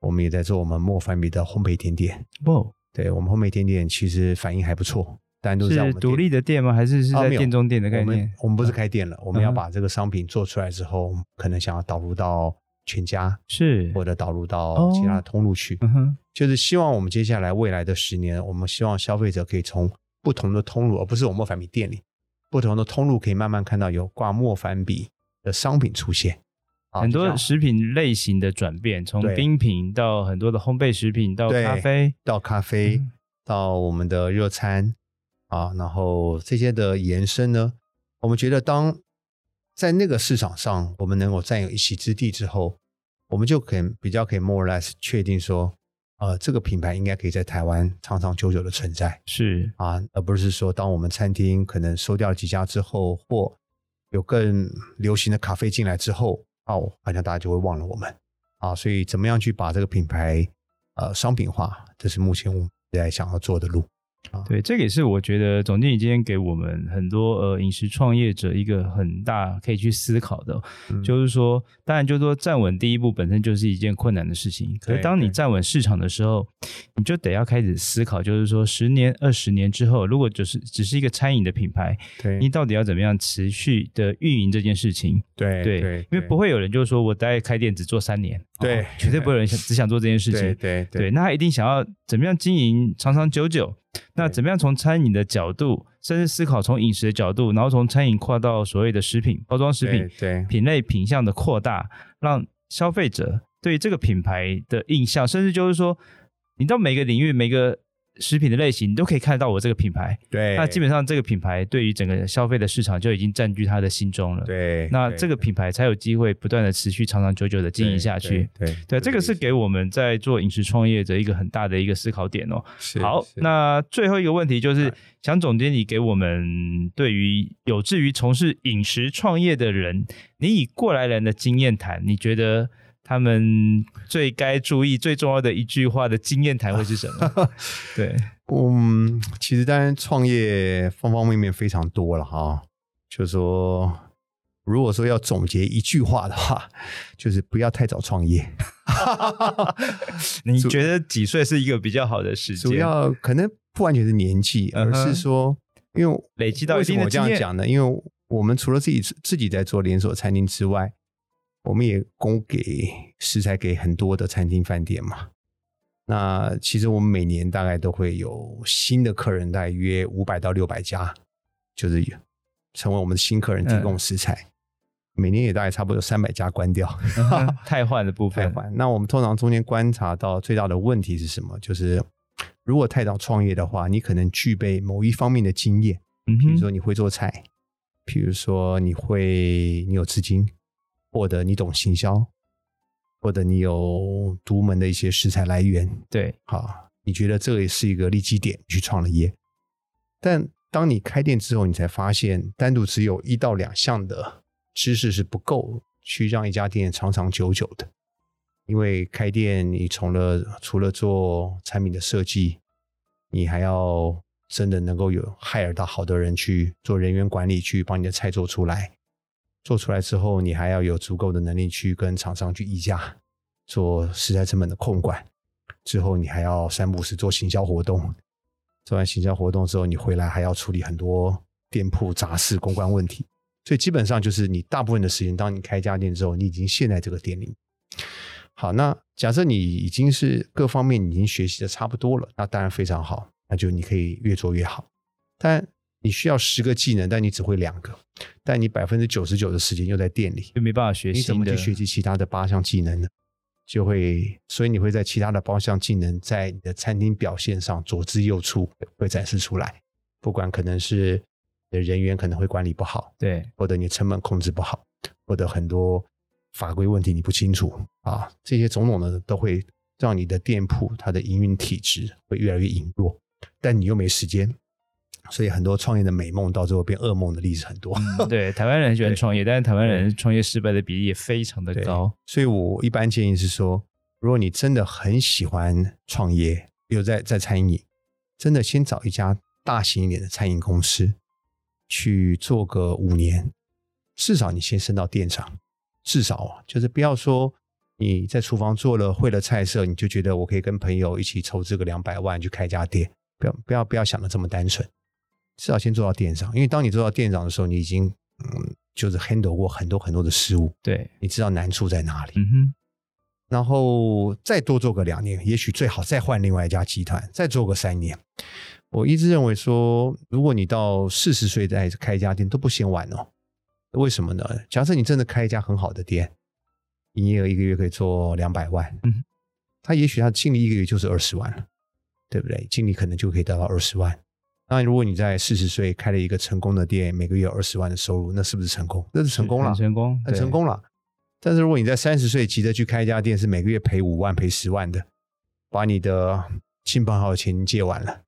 C: 我们也在做我们莫凡比的烘焙甜点。
B: 哇，
C: 对我们烘焙甜点其实反应还不错，当然都在我
B: 是
C: 们
B: 独
C: 店
B: 立的店吗？还是是
C: 啊
B: 在
C: 没有
B: 店中店的概
C: 我
B: 念
C: 们？我们不是开店了，我们要
B: 嗯哼
C: 把这个商品做出来之后，我们可能想要导入到全家
B: 是，
C: 或者导入到
B: 嗯哦
C: 其他的通路去。
B: 嗯哼，
C: 就是希望我们接下来未来的十年，我们希望消费者可以从不同的通路，而不是我们莫凡比店里，不同的通路可以慢慢看到有挂莫凡比的商品出现。啊
B: 很
C: 就
B: 多
C: 像
B: 食品类型的转变，从
C: 对
B: 冰品到很多的烘焙食品，到
C: 对
B: 咖啡，
C: 到咖啡
B: 嗯，
C: 到我们的热餐啊，然后这些的延伸呢，我们觉得当在那个市场上我们能够占有一席之地之后，我们就可以比较可以 more or less 确定说，呃，这个品牌应该可以在台湾长长久久的存在。
B: 是
C: 啊，而不是说当我们餐厅可能收掉几家之后，或有更流行的咖啡进来之后，啊，我好像大家就会忘了我们啊。所以怎么样去把这个品牌呃商品化，这是目前我们在想要做的路。
B: 对，这个也是我觉得总经理今天给我们很多呃饮食创业者一个很大可以去思考的哦，
C: 嗯
B: 就是说，当然就是说站稳第一步本身就是一件困难的事情，可是
C: 对
B: 当你
C: 对
B: 站稳市场的时候，你就得要开始思考，就是说十年、二十年之后，如果就是只是一个餐饮的品牌，
C: 对
B: 你到底要怎么样持续的运营这件事情？
C: 对
B: 对，因为不会有人就是说我待开店只做三年，
C: 对
B: 哦绝对不会有人想只想做这件事情
C: 对。对
B: 对，那他一定想要怎么样经营长长久久？那
C: 对
B: 怎么样从餐饮的角度，甚至思考从饮食的角度，然后从餐饮跨到所谓的食品、包装食品
C: 对对
B: 品类品项的扩大，让消费者对这个品牌的印象，甚至就是说，你到每个领域、每个食品的类型，你都可以看得到我这个品牌。
C: 对，
B: 那基本上这个品牌对于整个消费的市场就已经占据他的心中了。
C: 对，
B: 那
C: 对
B: 这个品牌才有机会不断的持续长长久久的经营下去。，
C: 对对
B: 对，这个是给我们在做饮食创业者一个很大的一个思考点哦。
C: 是
B: 好，
C: 是
B: 那最后一个问题就是，想总经理给我们对于有志于从事饮食创业的人，你以过来人的经验谈，你觉得他们最该注意、最重要的一句话的经验谈会是什 么？对，
C: 嗯，其实当然创业方方面面非常多了哈。就说，如果说要总结一句话的话，就是不要太早创业。
B: 你觉得几岁是一个比较好的时间？
C: 主要可能不完全是年纪，
B: 嗯
C: 而
B: 哼
C: 是说，因为
B: 累积到一
C: 为什
B: 定
C: 么
B: 的
C: 我这
B: 经
C: 样
B: 验，
C: 讲呢？因为我们除了自己自己在做连锁餐厅之外，我们也供给食材给很多的餐厅饭店嘛。那其实我们每年大概都会有新的客人，大概约五百到六百家，就是成为我们的新客
B: 嗯
C: 人提供食材。每年也大概差不多三百家关掉，
B: 太换的部
C: 太
B: 分，
C: 缓。那我们通常中间观察到最大的问题是什么？就是如果太早创业的话，你可能具备某一方面的经验，
B: 嗯
C: 比如
B: 哼，
C: 说你会做菜，比如说你会你有资金，或者你懂行销，或者你有独门的一些食材来源，
B: 对，
C: 好，你觉得这也是一个利基点去创了业，但当你开店之后，你才发现单独只有一到两项的知识是不够去让一家店长长久久的，因为开店你除了除了做产品的设计，你还要真的能够有 hire 到好的人去做人员管理，去帮你的菜做出来。做出来之后，你还要有足够的能力去跟厂商去议价，做食材成本的控管。之后你还要三不五时做行销活动，做完行销活动之后，你回来还要处理很多店铺杂事、公关问题。所以基本上就是你大部分的时间，当你开一家店之后，你已经陷在这个店里。好，那假设你已经是各方面你已经学习的差不多了，那当然非常好，那就你可以越做越好。但你需要十个技能，但你只会两个，但你百分之九十九的时间又在店里，
B: 就没办法学
C: 你
B: 新
C: 怎么
B: 的
C: 去学习其他的八项技能呢？就会，所以你会在其他的八项技能在你的餐厅表现上左支右绌会展示出来。不管可能是你的人员可能会管理不好，
B: 对，
C: 或者你成本控制不好，或者很多法规问题你不清楚啊，这些种种的都会让你的店铺它的营运体质会越来越隐弱，但你又没时间，所以很多创业的美梦到最后变噩梦的例子很多。
B: 嗯对，台湾人很喜欢
C: 对
B: 创业，但是台湾人创业失败的比例也非常的
C: 对
B: 高。
C: 所以我一般建议是说，如果你真的很喜欢创业，留在在餐饮业，真的先找一家大型一点的餐饮公司去做个五年，至少你先升到店长，至少啊，就是不要说。你在厨房做了会了菜色，你就觉得我可以跟朋友一起筹资个两百万去开一家店，不要不要不要想的这么单纯，至少先做到店长，因为当你做到店长的时候，你已经嗯就是 handle 过很多很多的事物，
B: 对，
C: 你知道难处在哪里，
B: 嗯哼，
C: 然后再多做个两年，也许最好再换另外一家集团，再做个三年。我一直认为说，如果你到四十岁再开一家店都不嫌晚哦。为什么呢？假设你真的开一家很好的店，营业额一个月可以做两百万，
B: 嗯，
C: 他也许他净利一个月就是二十万了，对不对？净利可能就可以达到二十万。那如果你在四十岁开了一个成功的店，每个月有二十万的收入，那是不是成功？那是成功了
B: 很，成功，
C: 很
B: 对
C: 成。功了。但是如果你在三十岁急着去开一家店，是每个月赔五万、赔十万的，把你的亲朋好友钱借完 了，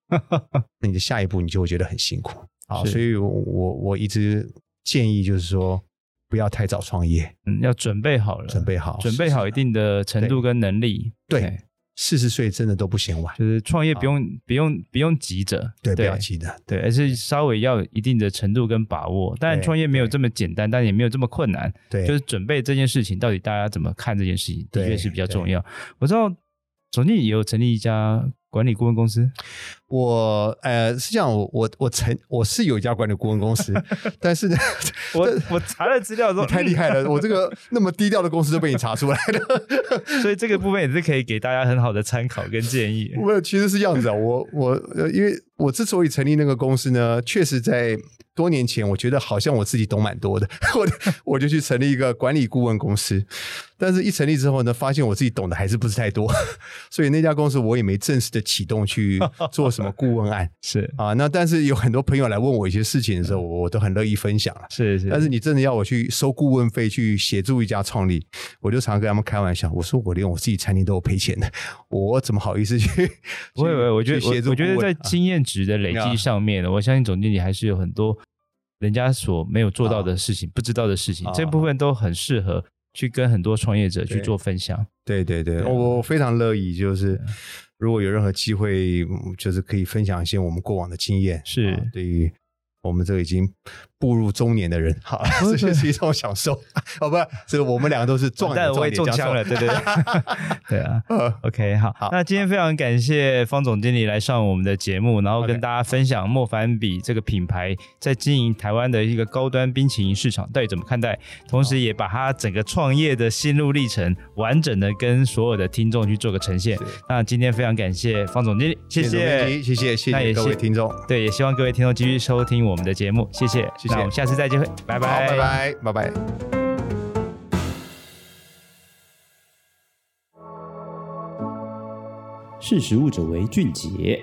C: 那你的下一步你就会觉得很辛苦啊。
B: 是
C: 所以我我我一直建议就是说，不要太早创业，
B: 嗯，要准备好了，
C: 准备好，
B: 准备好一定的程度跟能力。
C: 对四十岁真的都不嫌晚，
B: 就是创业不用不用不用急着，
C: 对，不要急的，
B: 对，而是稍微要有一定的程度跟把握。当然，
C: 对
B: 创业没有
C: 对
B: 这么简单，但也没有这么困难。
C: 对，
B: 就是准备这件事情，到底大家怎么看这件事情，的确
C: 对
B: 是比较
C: 对
B: 重要。我知道总经理也有成立一家管理顾问公司，
C: 我呃是这样，我我我曾我是有一家管理顾问公 司，但是呢，
B: 我我查了资料
C: 你
B: 说，
C: 太厉害了，我这个那么低调的公司都被你查出来了。
B: 所以这个部分也是可以给大家很好的参考跟建议。
C: 我其实是这样子啊，我我呃，因为我之所以成立那个公司呢，确实在多 年前，我觉得好像我自己懂蛮多的，我我就去成立一个管理顾问公司。但是一成立之后呢，发现我自己懂的还是不是太多， 所以那家公司我也没正式的启动去做什么顾问案
B: 是
C: 啊。那但是有很多朋友来问我一些事情的时候，我我都很乐意分享啊了。
B: 是是，
C: 但是你真的要我去收顾问费去协助一家创立，我就常跟他们开玩笑，我说我连我自己餐厅都有赔钱的， 我怎么好意思去？
B: 不会不会，我觉得
C: 去
B: 我
C: 协助
B: 我觉得
C: 顾
B: 在
C: 问
B: 经验值的累积
C: 啊
B: 上面呢，我相信总经理还是有很多人家所没有做到的事情、不知道的事情，这
C: 啊
B: 部分都很适合去跟很多创业者去
C: 对
B: 做分享。
C: 对对对，
B: 对啊
C: 我我非常乐意，就是如果有任何机会，嗯就是可以分享一些我们过往的经验，
B: 是
C: 啊对于我们这个已经步入中年的人， 好，这些是一种享受， 哦，不，这个我们两个都是 壮
B: 但
C: 年，
B: 我也
C: 壮
B: 中
C: 年加
B: 枪
C: 壮
B: 了，对对对，对 啊。
C: 呃
B: OK，好，
C: 好
B: 那今天非常感谢方总经理来上我们的节目，然后
C: OK
B: 跟大家分享莫凡比这个品牌在经营台湾的一个高端冰淇淋市场到底怎么看待，同时也把他整个创业的心路历程完整的跟所有的听众去做个呈现
C: 是。
B: 那今天非常感谢方总经理，谢
C: 谢总编
B: 谢
C: 辑，谢谢谢
B: 那也
C: 谢各位
B: 谢
C: 听众，
B: 对，也希望各位听众继续收听我们的节目，谢谢，
C: 谢谢
B: 那我们下次再见，拜拜，
C: 好，拜。拜，拜拜。
A: 识时务者为俊杰。